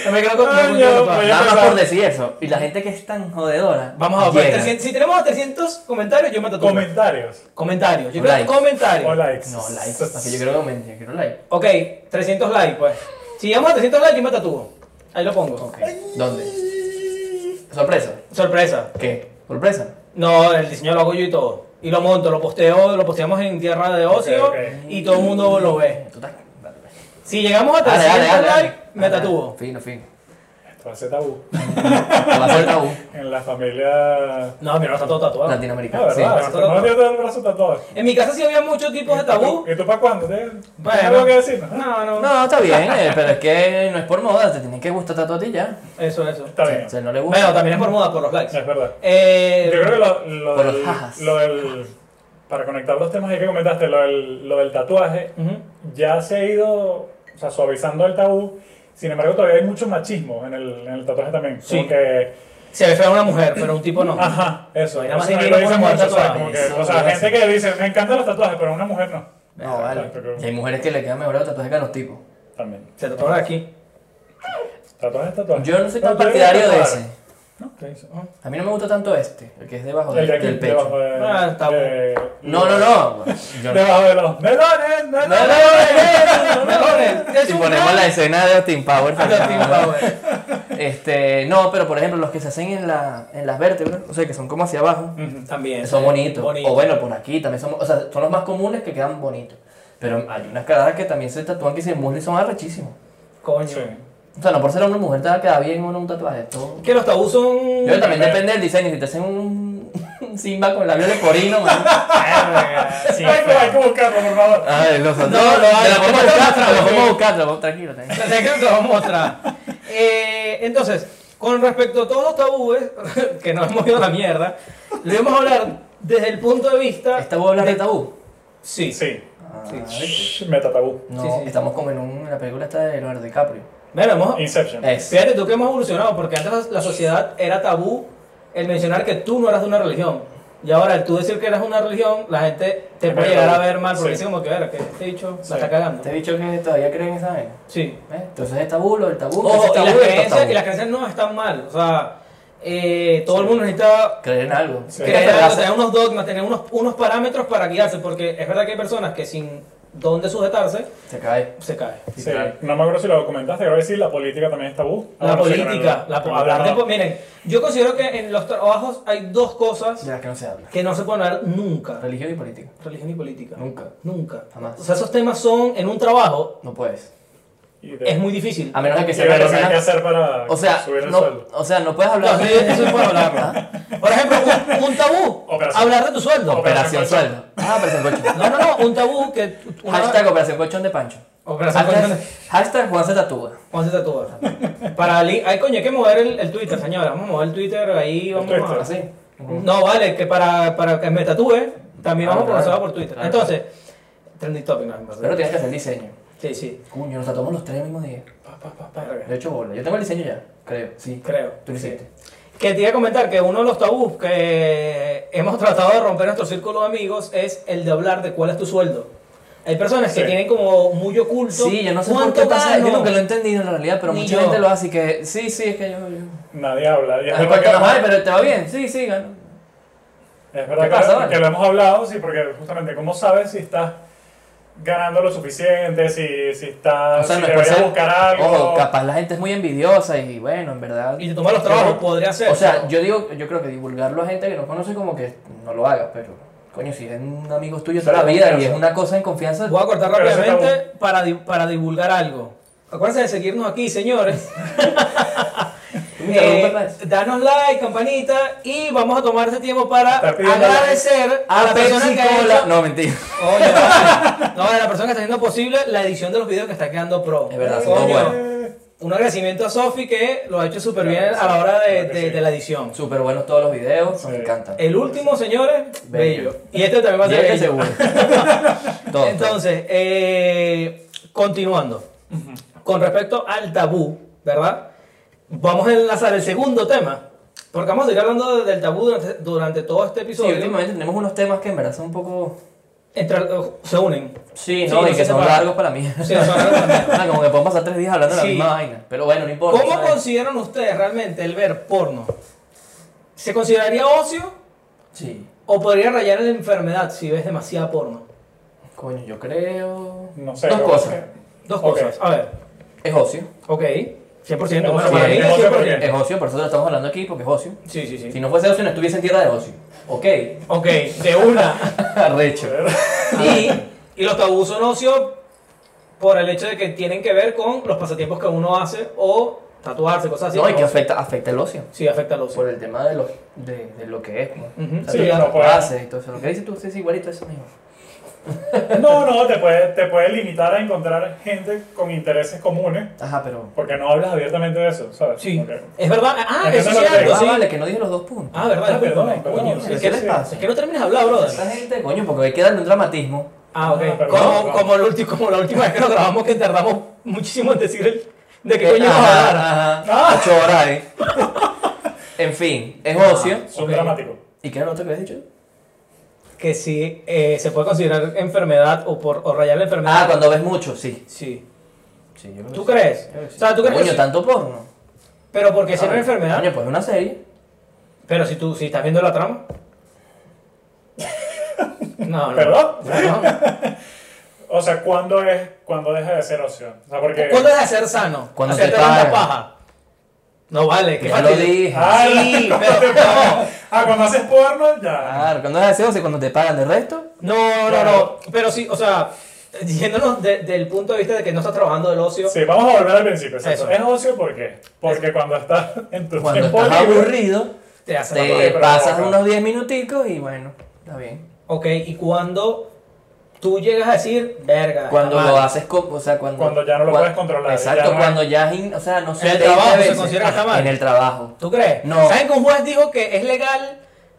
[SPEAKER 2] No me quedo con [laughs]
[SPEAKER 4] Coño,
[SPEAKER 2] ningún objetivo real.
[SPEAKER 4] voy a
[SPEAKER 1] Nada más
[SPEAKER 4] pensar.
[SPEAKER 1] por decir eso. Y la gente que es tan jodedora.
[SPEAKER 2] Vamos a ver,
[SPEAKER 1] llega.
[SPEAKER 2] 300 si tenemos 300 comentarios, yo me tatúo.
[SPEAKER 4] Comentarios.
[SPEAKER 2] comentarios, yo
[SPEAKER 1] O
[SPEAKER 2] creo
[SPEAKER 1] likes.
[SPEAKER 2] comentarios.
[SPEAKER 4] O likes.
[SPEAKER 1] No, like. Es que yo quiero aumentar, yo quiero like.
[SPEAKER 2] Ok, 300 likes, pues. Si llegamos a 300 likes, yo me tatúo. Ahí lo pongo.
[SPEAKER 1] Ok. ¿Dónde? Sorpresa.
[SPEAKER 2] Sorpresa.
[SPEAKER 1] ¿Qué? ¿Sorpresa?
[SPEAKER 2] No, el diseño lo hago yo y todo. Y lo monto, lo posteo, lo posteamos en Tierra de Ocio
[SPEAKER 4] Ok, ok.
[SPEAKER 2] y todo el mundo lo ve.
[SPEAKER 1] Tú estás. Eh, Dale,
[SPEAKER 2] Si llegamos a
[SPEAKER 1] dale,
[SPEAKER 2] 300
[SPEAKER 1] dale, dale,
[SPEAKER 2] likes,
[SPEAKER 1] dale.
[SPEAKER 2] me
[SPEAKER 1] Dale,
[SPEAKER 2] tatúo.
[SPEAKER 1] dale. Fino, fino.
[SPEAKER 4] Esto va a ser tabú.
[SPEAKER 1] Te va a ser tabú.
[SPEAKER 4] En la familia.
[SPEAKER 2] No, mira, no está todo tatuado.
[SPEAKER 1] Latinoamericano.
[SPEAKER 4] Ah,
[SPEAKER 1] Sí.
[SPEAKER 4] ¿verdad?
[SPEAKER 2] sí.
[SPEAKER 4] No tiene todo el brazo tatuado.
[SPEAKER 2] En mi casa sí había muchos tipos de tabú.
[SPEAKER 4] ¿Y tú para cuándo? ¿Tienes
[SPEAKER 2] Bueno.
[SPEAKER 4] algo que decir?
[SPEAKER 2] No, no,
[SPEAKER 1] No, está bien, eh, pero es que no es por moda, te tiene que gustar tanto a ti ya.
[SPEAKER 2] Eso, eso.
[SPEAKER 4] Está bien.
[SPEAKER 1] O sea, no le gusta.
[SPEAKER 2] Bueno, también es por moda, por los likes.
[SPEAKER 4] Es verdad.
[SPEAKER 2] Eh,
[SPEAKER 4] Yo creo que lo, lo,
[SPEAKER 1] Por los
[SPEAKER 4] del,
[SPEAKER 1] jajas.
[SPEAKER 4] lo del- Para conectar los temas ahí que comentaste, lo del, lo del tatuaje,
[SPEAKER 2] ujú.
[SPEAKER 4] ya se ha ido o sea, suavizando el tabú. Sin embargo, todavía hay mucho machismo en el, en el tatuaje también.
[SPEAKER 2] Sí.
[SPEAKER 4] Como que.
[SPEAKER 2] Se ve fea una mujer, pero un tipo no.
[SPEAKER 4] Ajá, eso.
[SPEAKER 2] Era más
[SPEAKER 4] Eso
[SPEAKER 2] divino
[SPEAKER 4] lo dicen
[SPEAKER 2] como el
[SPEAKER 4] mucho, o sea,
[SPEAKER 2] tatuaje.
[SPEAKER 4] como que-
[SPEAKER 1] Eso,
[SPEAKER 4] o sea,
[SPEAKER 1] eso.
[SPEAKER 4] gente que dice, me encantan los tatuajes, pero una mujer no.
[SPEAKER 1] No, vale.
[SPEAKER 4] Pero-
[SPEAKER 1] Y hay mujeres que le quedan mejor los tatuajes que a los tipos.
[SPEAKER 4] También.
[SPEAKER 2] Se tatuó aquí.
[SPEAKER 4] Tatuaje es tatuaje.
[SPEAKER 1] Yo no soy tan
[SPEAKER 4] Pero tú eres
[SPEAKER 1] partidario de
[SPEAKER 4] tatuaje.
[SPEAKER 1] ese.
[SPEAKER 4] No, ¿qué hizo?
[SPEAKER 1] A mí no me gusta tanto este, el que es debajo
[SPEAKER 4] El
[SPEAKER 1] del,
[SPEAKER 4] de aquí,
[SPEAKER 1] del pecho.
[SPEAKER 4] debajo de-
[SPEAKER 2] Ah, está bueno.
[SPEAKER 4] de-
[SPEAKER 1] No, no, no. Yo no.
[SPEAKER 4] Debajo de los melones, melones.
[SPEAKER 1] Si ponemos la escena de Austin Power. Este, no, pero por ejemplo, los que se hacen en, la, en las vértebras, o sea, que son como hacia abajo,
[SPEAKER 2] [laughs] También.
[SPEAKER 1] son bonitos.
[SPEAKER 2] Bonito.
[SPEAKER 1] O bueno, por aquí también son, o sea, son los más comunes que quedan bonitos. Pero hay unas carajas que también se tatúan que se muslo y son arrechísimos.
[SPEAKER 2] Coño.
[SPEAKER 4] Sí.
[SPEAKER 1] O sea, no por ser hombre o mujer te va a quedar bien uno un tatuaje. Todo.
[SPEAKER 2] Que los tabús son.
[SPEAKER 1] Yo también depende del diseño. Si te hacen un, un Simba con labios de porino, man.
[SPEAKER 2] Sí,
[SPEAKER 4] Ay, no, hay que buscarlo, por favor.
[SPEAKER 1] Ay, los
[SPEAKER 2] No,
[SPEAKER 1] te
[SPEAKER 2] no, ay,
[SPEAKER 1] la
[SPEAKER 2] ¿cómo
[SPEAKER 1] vamos a
[SPEAKER 2] estás,
[SPEAKER 1] buscar, te la vamos
[SPEAKER 2] ok?
[SPEAKER 1] a buscar, te la vamos- tranquilo. tranquilo.
[SPEAKER 2] [laughs] La sección te vamos a mostrar. Eh, entonces, con respecto a todos los tabúes, [laughs] que nos hemos ido a la mierda, le vamos a hablar desde el punto de vista.
[SPEAKER 1] ¿Esta voy a hablar de tabú?
[SPEAKER 2] Sí.
[SPEAKER 4] Sí.
[SPEAKER 1] Sí.
[SPEAKER 4] Shh, Meta tabú.
[SPEAKER 1] No,
[SPEAKER 2] Sí, sí.
[SPEAKER 1] estamos como en, un- en la película esta de Leonardo DiCaprio.
[SPEAKER 2] Bueno, hemos.
[SPEAKER 4] Inception.
[SPEAKER 1] Es.
[SPEAKER 2] Fíjate tú que hemos evolucionado, porque antes la sociedad era tabú el mencionar que tú no eras de una religión. Y ahora, el tú decir que eras una religión, la gente te
[SPEAKER 4] Es
[SPEAKER 2] puede
[SPEAKER 4] verdad.
[SPEAKER 2] llegar a ver mal, porque
[SPEAKER 4] Sí.
[SPEAKER 2] dice como que, ver, que este dicho
[SPEAKER 4] Sí.
[SPEAKER 2] la está cagando.
[SPEAKER 1] Te he dicho que todavía creen en esa vaina.
[SPEAKER 2] Sí.
[SPEAKER 1] ¿eh? Entonces es tabú, lo del tabú.
[SPEAKER 2] Ojo,
[SPEAKER 1] ese
[SPEAKER 2] y
[SPEAKER 1] tabú
[SPEAKER 2] las,
[SPEAKER 1] Oh, y el
[SPEAKER 2] creencias,
[SPEAKER 1] tabú.
[SPEAKER 2] y las creencias no están mal. O sea, eh, todo el mundo necesita
[SPEAKER 1] Creer en algo.
[SPEAKER 4] Sí.
[SPEAKER 2] creer,
[SPEAKER 1] Creer en
[SPEAKER 2] o sea,
[SPEAKER 1] algo.
[SPEAKER 2] tener unos dogmas, tener unos, unos parámetros para guiarse, porque es verdad que hay personas que sin dónde sujetarse,
[SPEAKER 1] Se cae.
[SPEAKER 2] se cae.
[SPEAKER 1] Sí,
[SPEAKER 4] Sí,
[SPEAKER 1] claro.
[SPEAKER 4] No me acuerdo si lo comentaste, creo que sí, la política también uh, es tabú.
[SPEAKER 2] La
[SPEAKER 4] Ahora sí, con el-
[SPEAKER 2] política, la po-
[SPEAKER 4] con el
[SPEAKER 2] hablar de...
[SPEAKER 4] tema-
[SPEAKER 2] po- Miren, yo considero que en los trabajos hay dos cosas
[SPEAKER 1] De las que no se habla.
[SPEAKER 2] que no se pueden hablar nunca.
[SPEAKER 1] Religión y política.
[SPEAKER 2] Religión y política.
[SPEAKER 1] Nunca.
[SPEAKER 2] Nunca.
[SPEAKER 1] Jamás.
[SPEAKER 2] O sea, esos temas son, en un trabajo,
[SPEAKER 1] No puedes.
[SPEAKER 4] y de-
[SPEAKER 2] es muy difícil.
[SPEAKER 1] A menos de que
[SPEAKER 4] y
[SPEAKER 1] se
[SPEAKER 4] de lo que hay que
[SPEAKER 1] relacionan.
[SPEAKER 4] hacer para
[SPEAKER 1] O sea,
[SPEAKER 4] subir el
[SPEAKER 1] no,
[SPEAKER 4] sueldo.
[SPEAKER 1] o sea, no puedes
[SPEAKER 2] No,
[SPEAKER 1] hablar
[SPEAKER 2] sí,
[SPEAKER 1] de
[SPEAKER 2] eso sí puedo hablar, ¿verdad? Por ejemplo, un, un tabú.
[SPEAKER 4] Operación.
[SPEAKER 2] Hablar de tu sueldo.
[SPEAKER 1] [laughs]
[SPEAKER 4] Operación.
[SPEAKER 1] operación sueldo. Ah, operación colchón.
[SPEAKER 2] No, no, no, un tabú que... una-
[SPEAKER 1] Hashtag operación colchón de Pancho.
[SPEAKER 2] Operación
[SPEAKER 1] hashtag,
[SPEAKER 2] colchón
[SPEAKER 1] hashtag Juan se tatúa.
[SPEAKER 2] Juan se tatúa. Para li- Ay, coño, hay que mover el, el Twitter, señora. Vamos a mover el Twitter ahí, vamos
[SPEAKER 4] Twitter.
[SPEAKER 2] a...
[SPEAKER 1] Así.
[SPEAKER 2] No, vale, que para, para que me tatúe, también
[SPEAKER 1] Ah,
[SPEAKER 2] vamos por
[SPEAKER 1] claro,
[SPEAKER 2] nosotros por Twitter.
[SPEAKER 1] claro.
[SPEAKER 2] Entonces, trending topic, no, en verdad.
[SPEAKER 1] Pero tienes que hacer diseño.
[SPEAKER 2] Sí, sí.
[SPEAKER 1] Cuño, nos tatuamos los tres el mismo día.
[SPEAKER 2] Pa, pa, pa, pa.
[SPEAKER 1] De hecho, bola. Yo tengo el diseño ya, creo. Sí.
[SPEAKER 2] Creo.
[SPEAKER 1] Tú lo hiciste.
[SPEAKER 2] Que te iba a comentar que uno de los tabús que hemos tratado de romper en nuestro círculo de amigos es el de hablar de cuál es tu sueldo. Hay personas que
[SPEAKER 4] Sí.
[SPEAKER 2] tienen como muy oculto.
[SPEAKER 1] Sí, yo no sé por
[SPEAKER 2] cuánto
[SPEAKER 1] qué pasa.
[SPEAKER 2] gano.
[SPEAKER 1] Yo nunca lo he entendido en realidad, pero
[SPEAKER 2] Ni
[SPEAKER 1] mucha
[SPEAKER 2] yo.
[SPEAKER 1] gente lo hace y que. Sí, sí, es que yo. yo...
[SPEAKER 4] Nadie habla. Y es
[SPEAKER 1] Ay,
[SPEAKER 4] verdad que
[SPEAKER 1] ¿cuánto
[SPEAKER 4] lo-
[SPEAKER 1] más hay? pero te va bien. Sí, sí, gano.
[SPEAKER 4] Es
[SPEAKER 1] ¿Qué
[SPEAKER 4] verdad que,
[SPEAKER 1] pasa,
[SPEAKER 4] lo-
[SPEAKER 1] vale?
[SPEAKER 4] que lo hemos hablado, sí, porque justamente, ¿cómo sabes si estás ganando lo suficiente? Si, si estás.
[SPEAKER 1] O sea, no es
[SPEAKER 4] Ah, si
[SPEAKER 1] por
[SPEAKER 4] deberías
[SPEAKER 1] ser-
[SPEAKER 4] buscar algo.
[SPEAKER 1] Ojo, capaz la gente es muy envidiosa y bueno, en verdad.
[SPEAKER 2] Y te tomar los trabajos, podría ser.
[SPEAKER 1] O sea,
[SPEAKER 2] ¿no?
[SPEAKER 1] yo digo, yo creo que divulgarlo a gente que no conoce como que no lo haga, pero coño, si es un amigo tuyo toda la
[SPEAKER 4] Pero
[SPEAKER 1] vida y
[SPEAKER 4] confianza.
[SPEAKER 1] es una cosa en confianza,
[SPEAKER 2] Voy a cortar
[SPEAKER 4] Pero ese
[SPEAKER 2] rápidamente para, di- para divulgar algo. Acuérdense de seguirnos aquí, señores.
[SPEAKER 1] Tú me interrumpes,
[SPEAKER 2] Eh,
[SPEAKER 1] Max.
[SPEAKER 2] danos like, campanita y vamos a tomar este tiempo para
[SPEAKER 4] Está pidiendo
[SPEAKER 2] agradecer a la
[SPEAKER 1] a
[SPEAKER 2] persona
[SPEAKER 1] Pepsi
[SPEAKER 2] que ha
[SPEAKER 1] Cola.
[SPEAKER 2] hecho,
[SPEAKER 1] No, mentira.
[SPEAKER 2] [laughs]
[SPEAKER 1] [laughs]
[SPEAKER 2] Oye, vale. no, a la persona que está haciendo posible la edición de los videos que está quedando pro.
[SPEAKER 1] Es verdad,
[SPEAKER 2] Coño,
[SPEAKER 1] son buenos.
[SPEAKER 2] Un agradecimiento a Sofi que lo ha hecho súper bien
[SPEAKER 4] Claro que sí,
[SPEAKER 2] a la hora de,
[SPEAKER 4] claro que
[SPEAKER 2] de-
[SPEAKER 4] sí.
[SPEAKER 2] de la edición.
[SPEAKER 1] Súper buenos todos los videos, me
[SPEAKER 4] Sí.
[SPEAKER 1] encantan.
[SPEAKER 2] El último, señores, bello.
[SPEAKER 1] Bello.
[SPEAKER 2] Y este también va a
[SPEAKER 1] Y este
[SPEAKER 2] ser bello.
[SPEAKER 1] seguro. [laughs] Todo.
[SPEAKER 2] Entonces, eh, continuando. Con respecto al tabú, ¿verdad? Vamos a enlazar el segundo tema. Porque vamos a ir hablando de- del tabú durante, durante todo este
[SPEAKER 1] Sí,
[SPEAKER 2] episodio.
[SPEAKER 1] últimamente tenemos unos temas que en verdad son un poco.
[SPEAKER 2] Entre- se unen.
[SPEAKER 1] Sí,
[SPEAKER 2] Sí,
[SPEAKER 1] no,
[SPEAKER 2] no
[SPEAKER 1] y
[SPEAKER 2] se
[SPEAKER 1] que son
[SPEAKER 2] separan.
[SPEAKER 1] largos para mí. [laughs]
[SPEAKER 2] Sí, son largos para mí.
[SPEAKER 1] Ah, como que podemos pasar tres días hablando de
[SPEAKER 2] Sí.
[SPEAKER 1] la misma vaina. Pero bueno, no importa.
[SPEAKER 2] ¿Cómo
[SPEAKER 1] ¿sabes?
[SPEAKER 2] consideran ustedes realmente el ver porno? ¿Se consideraría ocio
[SPEAKER 1] Sí.
[SPEAKER 2] o podría rayar en la enfermedad si ves demasiada porno?
[SPEAKER 1] Coño, yo creo.
[SPEAKER 4] No sé.
[SPEAKER 1] Dos
[SPEAKER 4] yo-
[SPEAKER 1] cosas.
[SPEAKER 2] Dos
[SPEAKER 4] Ok.
[SPEAKER 2] cosas. A ver,
[SPEAKER 1] Es ocio.
[SPEAKER 2] ok. 100%.
[SPEAKER 4] No,
[SPEAKER 2] bueno,
[SPEAKER 4] sí,
[SPEAKER 2] para mí
[SPEAKER 4] es
[SPEAKER 2] es
[SPEAKER 4] ocio porque-
[SPEAKER 2] 100%.
[SPEAKER 1] Es ocio, por eso lo estamos hablando aquí, porque es ocio.
[SPEAKER 2] Sí, sí,
[SPEAKER 1] Si
[SPEAKER 2] sí.
[SPEAKER 1] no fuese ocio, no estuviese en tierra de ocio. [laughs] Ok.
[SPEAKER 2] Ok, de una.
[SPEAKER 1] Arrecho.
[SPEAKER 2] y, y los tabús son ocio por el hecho de que tienen que ver con los pasatiempos que uno hace o tatuarse, cosas así.
[SPEAKER 1] No, y que
[SPEAKER 2] Ocio.
[SPEAKER 1] afecta, afecta el ocio.
[SPEAKER 2] Sí, afecta al ocio.
[SPEAKER 1] Por el tema de lo, de, de lo que es. como
[SPEAKER 2] Ujú.
[SPEAKER 1] la
[SPEAKER 4] [laughs] Sí,
[SPEAKER 1] vida,
[SPEAKER 4] no
[SPEAKER 1] lo
[SPEAKER 4] puede-
[SPEAKER 1] que haces y todo eso. Lo que dices tú es igualito a eso mismo.
[SPEAKER 4] No, no, te puede, te puede limitar a encontrar gente con intereses comunes,
[SPEAKER 1] Ajá, pero.
[SPEAKER 4] porque no hablas abiertamente de eso, ¿sabes?
[SPEAKER 2] Sí.
[SPEAKER 4] Porque-
[SPEAKER 2] Es verdad. Ah,
[SPEAKER 4] Entiendo
[SPEAKER 2] eso es
[SPEAKER 4] lo que
[SPEAKER 2] cierto.
[SPEAKER 1] Ah,
[SPEAKER 2] sí.
[SPEAKER 1] vale, que no dije los dos puntos.
[SPEAKER 2] Ah, verdad,
[SPEAKER 4] Ah, perdón,
[SPEAKER 2] discúlpame,
[SPEAKER 4] perdón,
[SPEAKER 2] coño,
[SPEAKER 4] sí,
[SPEAKER 2] es que
[SPEAKER 1] sí,
[SPEAKER 2] les
[SPEAKER 1] sí.
[SPEAKER 2] pasa? Es que no terminas de hablar, brother.
[SPEAKER 1] Esta gente, coño, porque hay que darle un dramatismo.
[SPEAKER 2] Ah, ok.
[SPEAKER 4] Ah, perdón,
[SPEAKER 2] como,
[SPEAKER 4] perdón.
[SPEAKER 2] como, el ulti- como la última vez que lo grabamos, que tardamos muchísimo en decir el, de qué coño nos va a dar.
[SPEAKER 1] [laughs]
[SPEAKER 2] Ah.
[SPEAKER 1] Ajá, ajá. Ocho horas ahí.
[SPEAKER 2] [laughs]
[SPEAKER 1] En fin, es ocio.
[SPEAKER 4] Son
[SPEAKER 2] Ok.
[SPEAKER 4] dramáticos.
[SPEAKER 1] ¿Y qué era lo otro que habías dicho?
[SPEAKER 2] Que si eh, se puede considerar enfermedad o, por, o rayar la enfermedad.
[SPEAKER 1] Ah, cuando ves mucho, sí.
[SPEAKER 2] Sí.
[SPEAKER 1] sí yo creo
[SPEAKER 2] ¿Tú
[SPEAKER 1] que sí.
[SPEAKER 2] crees?
[SPEAKER 1] Creo que sí.
[SPEAKER 2] O sea, ¿tú crees que
[SPEAKER 1] Coño,
[SPEAKER 2] sí?
[SPEAKER 1] tanto porno.
[SPEAKER 2] Pero porque si es una
[SPEAKER 1] Ay,
[SPEAKER 2] enfermedad.
[SPEAKER 1] Coño, pues una serie.
[SPEAKER 2] Pero si tú si estás viendo la trama.
[SPEAKER 4] [laughs]
[SPEAKER 2] No, no.
[SPEAKER 4] ¿Perdón? [laughs]
[SPEAKER 2] No, no.
[SPEAKER 4] O sea, ¿cuándo, es, ¿cuándo deja de ser ocio? O sea, porque...
[SPEAKER 2] ¿Cuándo es de ser sano?
[SPEAKER 1] Cuando
[SPEAKER 2] Hacerte
[SPEAKER 1] te pagan.
[SPEAKER 2] tanta paja. No vale, que
[SPEAKER 1] Ya lo
[SPEAKER 2] fastidio.
[SPEAKER 1] dije.
[SPEAKER 4] Ah,
[SPEAKER 2] Sí,
[SPEAKER 4] la- [laughs]
[SPEAKER 2] pero no.
[SPEAKER 4] Ah, cuando haces porno, ya.
[SPEAKER 1] Claro, cuando es así, o sea, cuando te pagan de resto.
[SPEAKER 2] No, no,
[SPEAKER 4] Claro.
[SPEAKER 2] no. Pero sí, o sea, yéndonos de- del punto de vista de que no estás trabajando del ocio.
[SPEAKER 4] Sí, vamos a volver al principio. exacto.
[SPEAKER 2] Eso.
[SPEAKER 4] ¿Es ocio por qué? Porque cuando estás en tu [laughs]
[SPEAKER 1] Cuando
[SPEAKER 4] tiempo
[SPEAKER 1] estás
[SPEAKER 4] libre-
[SPEAKER 1] aburrido,
[SPEAKER 2] Te hace la
[SPEAKER 1] te
[SPEAKER 2] paja.
[SPEAKER 4] pero
[SPEAKER 1] pasas
[SPEAKER 4] bueno.
[SPEAKER 1] unos 10 minuticos y bueno, está bien.
[SPEAKER 2] Ok, y cuando tú llegas a decir, verga.
[SPEAKER 1] Cuando
[SPEAKER 2] está
[SPEAKER 1] lo
[SPEAKER 2] mal.
[SPEAKER 1] haces, co- o sea, cuando...
[SPEAKER 4] Cuando ya no lo
[SPEAKER 1] cuan-
[SPEAKER 4] puedes controlar,
[SPEAKER 1] Exacto,
[SPEAKER 4] ya no-
[SPEAKER 1] cuando ya es, in- o sea, no sé,
[SPEAKER 2] En el
[SPEAKER 1] 20
[SPEAKER 2] trabajo se
[SPEAKER 1] veces.
[SPEAKER 2] considera que está mal.
[SPEAKER 1] En el trabajo.
[SPEAKER 2] ¿Tú crees?
[SPEAKER 1] No.
[SPEAKER 2] ¿Saben que un juez dijo que es legal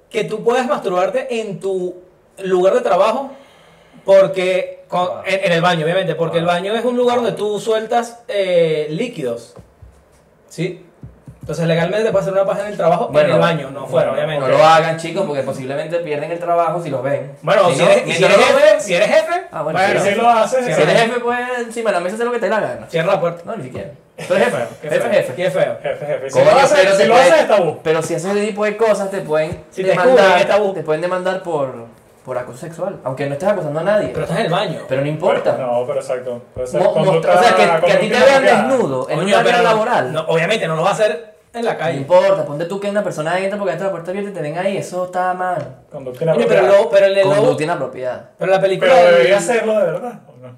[SPEAKER 2] que tú puedas masturbarte en tu lugar de trabajo? Porque. con-
[SPEAKER 1] Wow.
[SPEAKER 2] en, en el baño, obviamente, porque el
[SPEAKER 1] Wow.
[SPEAKER 2] baño es un
[SPEAKER 1] Ah.
[SPEAKER 2] lugar donde tú sueltas eh, líquidos. ¿Sí? Entonces, legalmente te puedes hacer una paja en el trabajo, en
[SPEAKER 1] Bueno,
[SPEAKER 2] el baño, no fuera,
[SPEAKER 4] bueno,
[SPEAKER 2] obviamente.
[SPEAKER 1] No lo hagan, chicos, porque posiblemente pierden el trabajo si los ven.
[SPEAKER 2] Bueno, si,
[SPEAKER 1] no-
[SPEAKER 2] eres, y si
[SPEAKER 1] mientras
[SPEAKER 2] eres
[SPEAKER 1] no lo
[SPEAKER 2] jefe,
[SPEAKER 1] ves,
[SPEAKER 2] si eres jefe,
[SPEAKER 1] Ah, bueno,
[SPEAKER 4] Y
[SPEAKER 1] Claro.
[SPEAKER 4] si lo haces,
[SPEAKER 2] Sí,
[SPEAKER 1] si eres
[SPEAKER 2] sí.
[SPEAKER 1] jefe, pues encima de la mesa hacer lo que te dé la gana.
[SPEAKER 2] cierra la puerta.
[SPEAKER 1] No, ni siquiera. Tú eres jefe,
[SPEAKER 2] Qué
[SPEAKER 1] jefe,
[SPEAKER 2] feo,
[SPEAKER 1] jefe.
[SPEAKER 2] Qué feo.
[SPEAKER 4] jefe, jefe. Si
[SPEAKER 1] Coño,
[SPEAKER 4] lo haces,
[SPEAKER 1] pero
[SPEAKER 4] si
[SPEAKER 1] te
[SPEAKER 4] lo
[SPEAKER 1] puede-
[SPEAKER 4] haces, es tabú.
[SPEAKER 1] Pero si haces ese tipo de cosas, te pueden
[SPEAKER 2] Si te
[SPEAKER 1] demandar.
[SPEAKER 2] descubren, es tabú.
[SPEAKER 1] te pueden demandar por, por acoso sexual. Aunque no estés acosando a nadie.
[SPEAKER 2] Pero
[SPEAKER 1] Pero,
[SPEAKER 2] estás en el baño.
[SPEAKER 1] no importa.
[SPEAKER 4] No, pero exacto. Puede ser
[SPEAKER 1] Mo-
[SPEAKER 4] conducta-
[SPEAKER 1] mostra- o sea, que, que a ti te
[SPEAKER 4] conducta
[SPEAKER 1] vean
[SPEAKER 4] inapropiada.
[SPEAKER 1] desnudo en
[SPEAKER 2] Coño,
[SPEAKER 1] un área
[SPEAKER 2] pero no-
[SPEAKER 1] laboral. Mm.
[SPEAKER 2] no,
[SPEAKER 1] No,
[SPEAKER 2] obviamente no lo vas a hacer en la calle.
[SPEAKER 1] importa, ponte tú que una persona entra porque entra la puerta abierta y te ven ahí, eso está mal.
[SPEAKER 4] Conducta
[SPEAKER 2] Coño,
[SPEAKER 4] inapropiada.
[SPEAKER 2] pero, lo- pero, el- el-
[SPEAKER 1] Conducta inapropiada.
[SPEAKER 2] pero la película.
[SPEAKER 4] Pero
[SPEAKER 2] del-
[SPEAKER 4] debería hacerlo de verdad. ¿o no?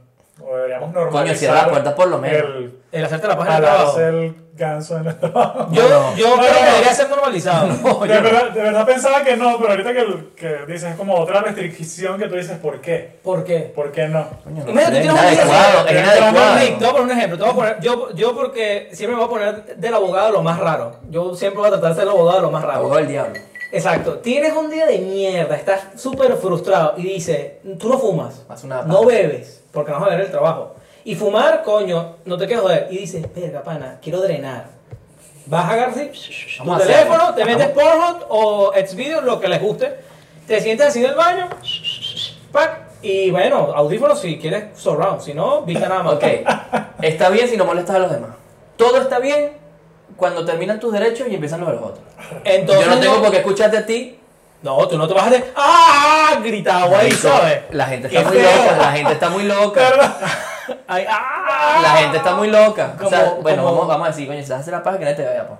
[SPEAKER 4] O deberíamos normalizar.
[SPEAKER 1] cierra la puerta por lo menos.
[SPEAKER 4] El,
[SPEAKER 2] El hacerte la paja en el trabajo.
[SPEAKER 4] jalarse el ganso en el
[SPEAKER 1] [laughs]
[SPEAKER 4] trabajo.
[SPEAKER 2] Yo,
[SPEAKER 1] No.
[SPEAKER 2] yo
[SPEAKER 4] No,
[SPEAKER 2] creo
[SPEAKER 4] no,
[SPEAKER 2] que
[SPEAKER 4] no.
[SPEAKER 2] debería ser
[SPEAKER 1] [laughs]
[SPEAKER 2] normalizado.
[SPEAKER 4] de, verdad, de verdad pensaba que no, pero ahorita que, que dices es como otra restricción que tú dices, ¿por qué?
[SPEAKER 2] ¿Por qué?
[SPEAKER 4] ¿Por qué no?
[SPEAKER 1] Coño, no,
[SPEAKER 2] Mira, tú
[SPEAKER 1] es
[SPEAKER 2] tienes un
[SPEAKER 1] inadecuado, es
[SPEAKER 4] video-
[SPEAKER 2] Nick, te voy
[SPEAKER 1] inadecuado.
[SPEAKER 2] a poner un ejemplo. Te voy a poner- yo, yo porque siempre me voy a poner del abogado lo más raro. Yo siempre voy a tratar de ser el abogado lo más raro.
[SPEAKER 1] Abogado del diablo.
[SPEAKER 2] Exacto. Tienes un día de mierda, estás súper frustrado y dices, tú no fumas,
[SPEAKER 1] Haz una
[SPEAKER 2] no
[SPEAKER 1] paja.
[SPEAKER 2] bebes, porque no vas a ver el trabajo. Y fumar, coño, no te quieres joder. Y dices, verga, pana, quiero drenar. Vas a agarrar así, tu
[SPEAKER 1] Vamos a
[SPEAKER 2] teléfono,
[SPEAKER 1] hacerlo.
[SPEAKER 2] te metes Pornhub o Xvideos, lo que les guste. Te sientes así en el baño, pack, y bueno, audífonos si quieres surround, si no, vista nada más.
[SPEAKER 1] Ok, está bien si no molestas a los demás. Todo está bien cuando terminan tus derechos y empiezan los de los otros.
[SPEAKER 2] Entonces,
[SPEAKER 1] Yo no tengo por qué escucharte a ti.
[SPEAKER 2] No, tú no te vas a hacer ¡Ah! Gritado ahí,
[SPEAKER 1] Marico,
[SPEAKER 2] ¿sabes?
[SPEAKER 1] La gente
[SPEAKER 2] Qué
[SPEAKER 1] está muy
[SPEAKER 2] feo.
[SPEAKER 1] loca, la gente está muy
[SPEAKER 2] [laughs]
[SPEAKER 1] loca.
[SPEAKER 2] Ay, ¡ah!
[SPEAKER 1] La gente está muy loca. O sea,
[SPEAKER 2] Como-
[SPEAKER 1] bueno,
[SPEAKER 2] como-
[SPEAKER 1] vamos, vamos a decir, coño, si vas a hacer la paja, que nadie te vea, po.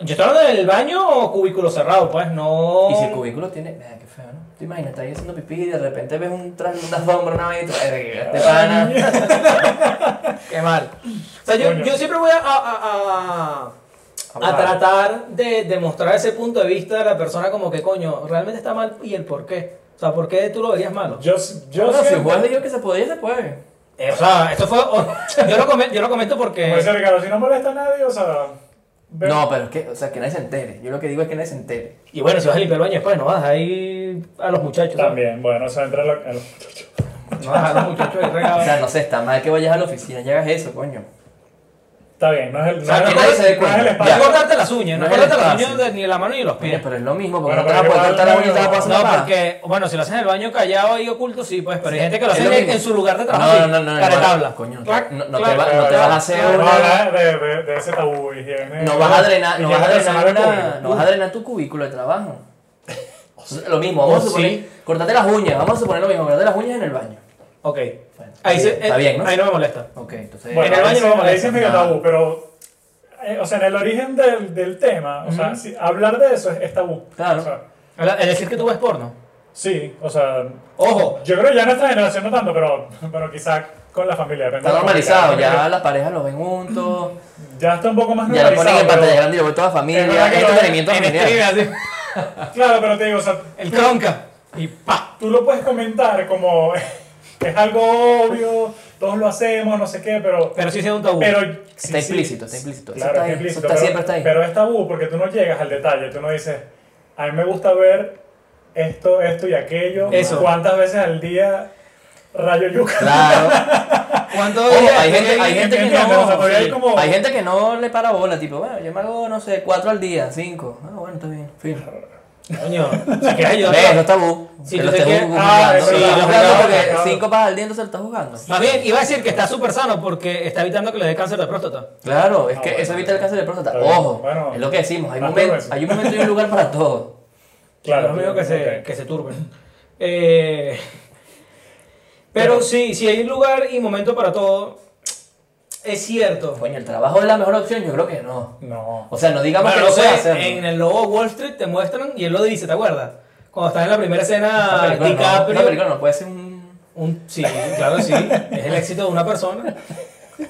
[SPEAKER 2] Yo estoy hablando del baño o cubículo cerrado, pues no.
[SPEAKER 1] Y si el cubículo tiene. Mira, qué feo, ¿no? Te imaginas, estás ahí haciendo pipí y de repente ves un tras, una sombra, una vez y tú, "Verga, este pana".
[SPEAKER 2] Qué mal. O sea, yo,
[SPEAKER 4] Coño.
[SPEAKER 2] yo siempre voy a, a- a- a- a
[SPEAKER 1] Abogado.
[SPEAKER 2] tratar de, de mostrar ese punto de vista de la persona como que, coño, realmente está mal y el por qué. O sea, ¿por qué tú lo verías malo?
[SPEAKER 4] Yo, yo
[SPEAKER 1] Bueno, si el
[SPEAKER 4] siento-
[SPEAKER 1] juez dijo que se podía, se puede.
[SPEAKER 2] Eh, o sea, esto fue... yo, lo comento, yo lo comento porque...
[SPEAKER 4] Como dice Ricardo, si no molesta a nadie, o sea. ve-
[SPEAKER 1] No, pero es que, o sea, que nadie se entere. Yo lo que digo es que nadie se entere.
[SPEAKER 2] Y bueno, si vas a limpiar el baño después, no vas ahí a los muchachos. ¿sabes?
[SPEAKER 4] También, bueno, eso entra en lo- en lo-
[SPEAKER 2] No vas a los muchachos ahí
[SPEAKER 1] O
[SPEAKER 2] regados.
[SPEAKER 1] sea, no sé, está mal que vayas a la oficina y hagas eso, coño.
[SPEAKER 4] Está bien, no es el,
[SPEAKER 1] sea,
[SPEAKER 4] no es
[SPEAKER 1] que
[SPEAKER 4] el-
[SPEAKER 1] nadie se dé
[SPEAKER 4] no es el
[SPEAKER 1] cuenta.
[SPEAKER 2] No es
[SPEAKER 4] espacio.
[SPEAKER 2] cortarte las uñas, no es
[SPEAKER 1] No es
[SPEAKER 2] cortarte las
[SPEAKER 1] fácil.
[SPEAKER 2] uñas de- ni la mano ni los
[SPEAKER 1] Mira,
[SPEAKER 2] pies.
[SPEAKER 1] pero es lo mismo, porque
[SPEAKER 4] Bueno,
[SPEAKER 1] no te
[SPEAKER 4] pero
[SPEAKER 1] vas a poder
[SPEAKER 4] igual
[SPEAKER 1] cortar la uña y
[SPEAKER 4] no-
[SPEAKER 1] te vas a pasar
[SPEAKER 2] No,
[SPEAKER 1] la paja.
[SPEAKER 2] porque, bueno, si lo haces en el baño callado y oculto, sí, pues, pero hay gente que lo
[SPEAKER 1] Es
[SPEAKER 2] hace
[SPEAKER 1] lo
[SPEAKER 2] en,
[SPEAKER 1] mismo.
[SPEAKER 2] en su lugar de trabajo.
[SPEAKER 1] No,
[SPEAKER 2] así,
[SPEAKER 1] no, no, no.
[SPEAKER 2] cara de
[SPEAKER 1] no,
[SPEAKER 2] tabla.
[SPEAKER 1] Coño, no
[SPEAKER 2] Clac,
[SPEAKER 1] te- no, no te,
[SPEAKER 2] clac.
[SPEAKER 1] va- no te vas a hacer
[SPEAKER 4] No,
[SPEAKER 1] una.
[SPEAKER 4] habla de, de- de ese tabú higiene-
[SPEAKER 1] No vas a drenar, no
[SPEAKER 4] higiene
[SPEAKER 1] vas a drenar,
[SPEAKER 4] personal del
[SPEAKER 1] una-
[SPEAKER 4] público.
[SPEAKER 1] no vas a drenar tu cubículo de
[SPEAKER 2] [laughs]
[SPEAKER 1] trabajo. Lo mismo, vamos a
[SPEAKER 2] Oh,
[SPEAKER 1] suponer,
[SPEAKER 2] sí.
[SPEAKER 1] cortate las uñas, vamos a suponer lo mismo, cortate las uñas en el baño.
[SPEAKER 2] Ok.
[SPEAKER 1] Bueno, está
[SPEAKER 2] Ahí, se-
[SPEAKER 1] bien, está
[SPEAKER 2] eh,
[SPEAKER 1] bien, ¿no?
[SPEAKER 2] ahí no me molesta.
[SPEAKER 1] Ok, entonces. eh,
[SPEAKER 4] Bueno,
[SPEAKER 2] en el baño no
[SPEAKER 4] ahí sí-
[SPEAKER 2] me
[SPEAKER 4] ahí sí me queda
[SPEAKER 1] molesta.
[SPEAKER 4] tabú, pero. eh, o sea, en el origen del, del tema, o sea, si- hablar de eso es, es tabú.
[SPEAKER 1] Claro.
[SPEAKER 4] O sea,
[SPEAKER 2] Ahora, Es decir, que tú ves porno.
[SPEAKER 4] sí, o sea.
[SPEAKER 2] Ojo.
[SPEAKER 4] Yo creo que ya nuestra generación no tanto, pero, pero quizás con la familia. depende
[SPEAKER 1] Está
[SPEAKER 4] de la familia.
[SPEAKER 1] normalizado, ya las parejas lo ven juntos,
[SPEAKER 4] Ya está un poco más
[SPEAKER 1] ya lo
[SPEAKER 4] normalizado.
[SPEAKER 1] ponen en pantalla
[SPEAKER 4] pero-
[SPEAKER 1] grande y lo ve toda la
[SPEAKER 4] Es verdad
[SPEAKER 1] familia,
[SPEAKER 4] que
[SPEAKER 1] es
[SPEAKER 4] lo ven
[SPEAKER 1] entretenimiento
[SPEAKER 2] En
[SPEAKER 1] familiar.
[SPEAKER 2] streaming,
[SPEAKER 4] Claro, pero te digo, o sea,
[SPEAKER 2] así, El cronca. Y pa.
[SPEAKER 4] tú lo puedes comentar como [laughs] es algo obvio, todos lo hacemos, no sé qué, pero.
[SPEAKER 2] Pero sí es un tabú.
[SPEAKER 4] pero sí, sí.
[SPEAKER 1] Está implícito, está implícito. Eso
[SPEAKER 4] Claro,
[SPEAKER 1] está
[SPEAKER 4] es
[SPEAKER 1] ahí, eso
[SPEAKER 4] implícito,
[SPEAKER 1] está-
[SPEAKER 4] pero-
[SPEAKER 1] siempre está ahí.
[SPEAKER 4] Pero es tabú porque tú no llegas al detalle, tú no dices, a mí me gusta ver esto, esto y aquello.
[SPEAKER 2] Eso.
[SPEAKER 4] ¿Cuántas veces al día rayo yuca?
[SPEAKER 1] Claro.
[SPEAKER 2] ¿Cuánto
[SPEAKER 1] Ojo,
[SPEAKER 2] días
[SPEAKER 1] hay
[SPEAKER 2] te
[SPEAKER 1] gente,
[SPEAKER 2] llega?
[SPEAKER 1] hay gente que
[SPEAKER 4] entiendo, o sea, todavía hay
[SPEAKER 1] no.
[SPEAKER 4] como-
[SPEAKER 1] Hay gente que no le para bola, tipo, bueno, yo me hago, no sé, cuatro al día, cinco. Ah, bueno, está bien. Fin.
[SPEAKER 2] Coño, si quieres ayudar.
[SPEAKER 1] Ves, no es tabú.
[SPEAKER 2] Si
[SPEAKER 1] que
[SPEAKER 2] tú
[SPEAKER 1] lo
[SPEAKER 2] te
[SPEAKER 1] estés
[SPEAKER 2] quieres-
[SPEAKER 1] ju-
[SPEAKER 4] Ah,
[SPEAKER 1] jugando.
[SPEAKER 4] es
[SPEAKER 1] Sí,
[SPEAKER 4] verdad,
[SPEAKER 1] lo
[SPEAKER 4] es
[SPEAKER 1] jugando
[SPEAKER 4] verdad,
[SPEAKER 1] porque
[SPEAKER 4] claro. Ah,
[SPEAKER 1] cinco pajas al día entonces lo estás jugando.
[SPEAKER 2] Más bien, iba a decir que está súper sano porque está evitando que le dé cáncer de próstata.
[SPEAKER 1] Claro, es
[SPEAKER 4] Ah,
[SPEAKER 1] que
[SPEAKER 4] bueno.
[SPEAKER 1] eso evita el cáncer de próstata.
[SPEAKER 4] Está bien.
[SPEAKER 1] Ojo,
[SPEAKER 4] Bueno, Ah,
[SPEAKER 1] es lo que decimos. Hay,
[SPEAKER 4] más
[SPEAKER 1] momen-
[SPEAKER 4] progreso.
[SPEAKER 1] hay un momento y un lugar para todo.
[SPEAKER 2] Claro, amigo que se,
[SPEAKER 4] ok.
[SPEAKER 2] que se turben. Eh, pero sí, si hay lugar y momento para todo, es cierto.
[SPEAKER 1] Coño, el trabajo es la mejor opción, yo creo que no.
[SPEAKER 4] [laughs] No.
[SPEAKER 1] O sea, no digamos
[SPEAKER 2] Bueno,
[SPEAKER 1] que
[SPEAKER 2] no
[SPEAKER 1] no puede
[SPEAKER 2] sé,
[SPEAKER 1] hacerlo.
[SPEAKER 2] en el lobo Wall Street te muestran y él lo dice, ¿te acuerdas? Cuando está en la
[SPEAKER 1] Una
[SPEAKER 2] primera escena,
[SPEAKER 1] película no,
[SPEAKER 2] Ah, DiCaprio.
[SPEAKER 1] una película no puede ser un.
[SPEAKER 2] un- sí, claro, que sí. Es el éxito de una persona.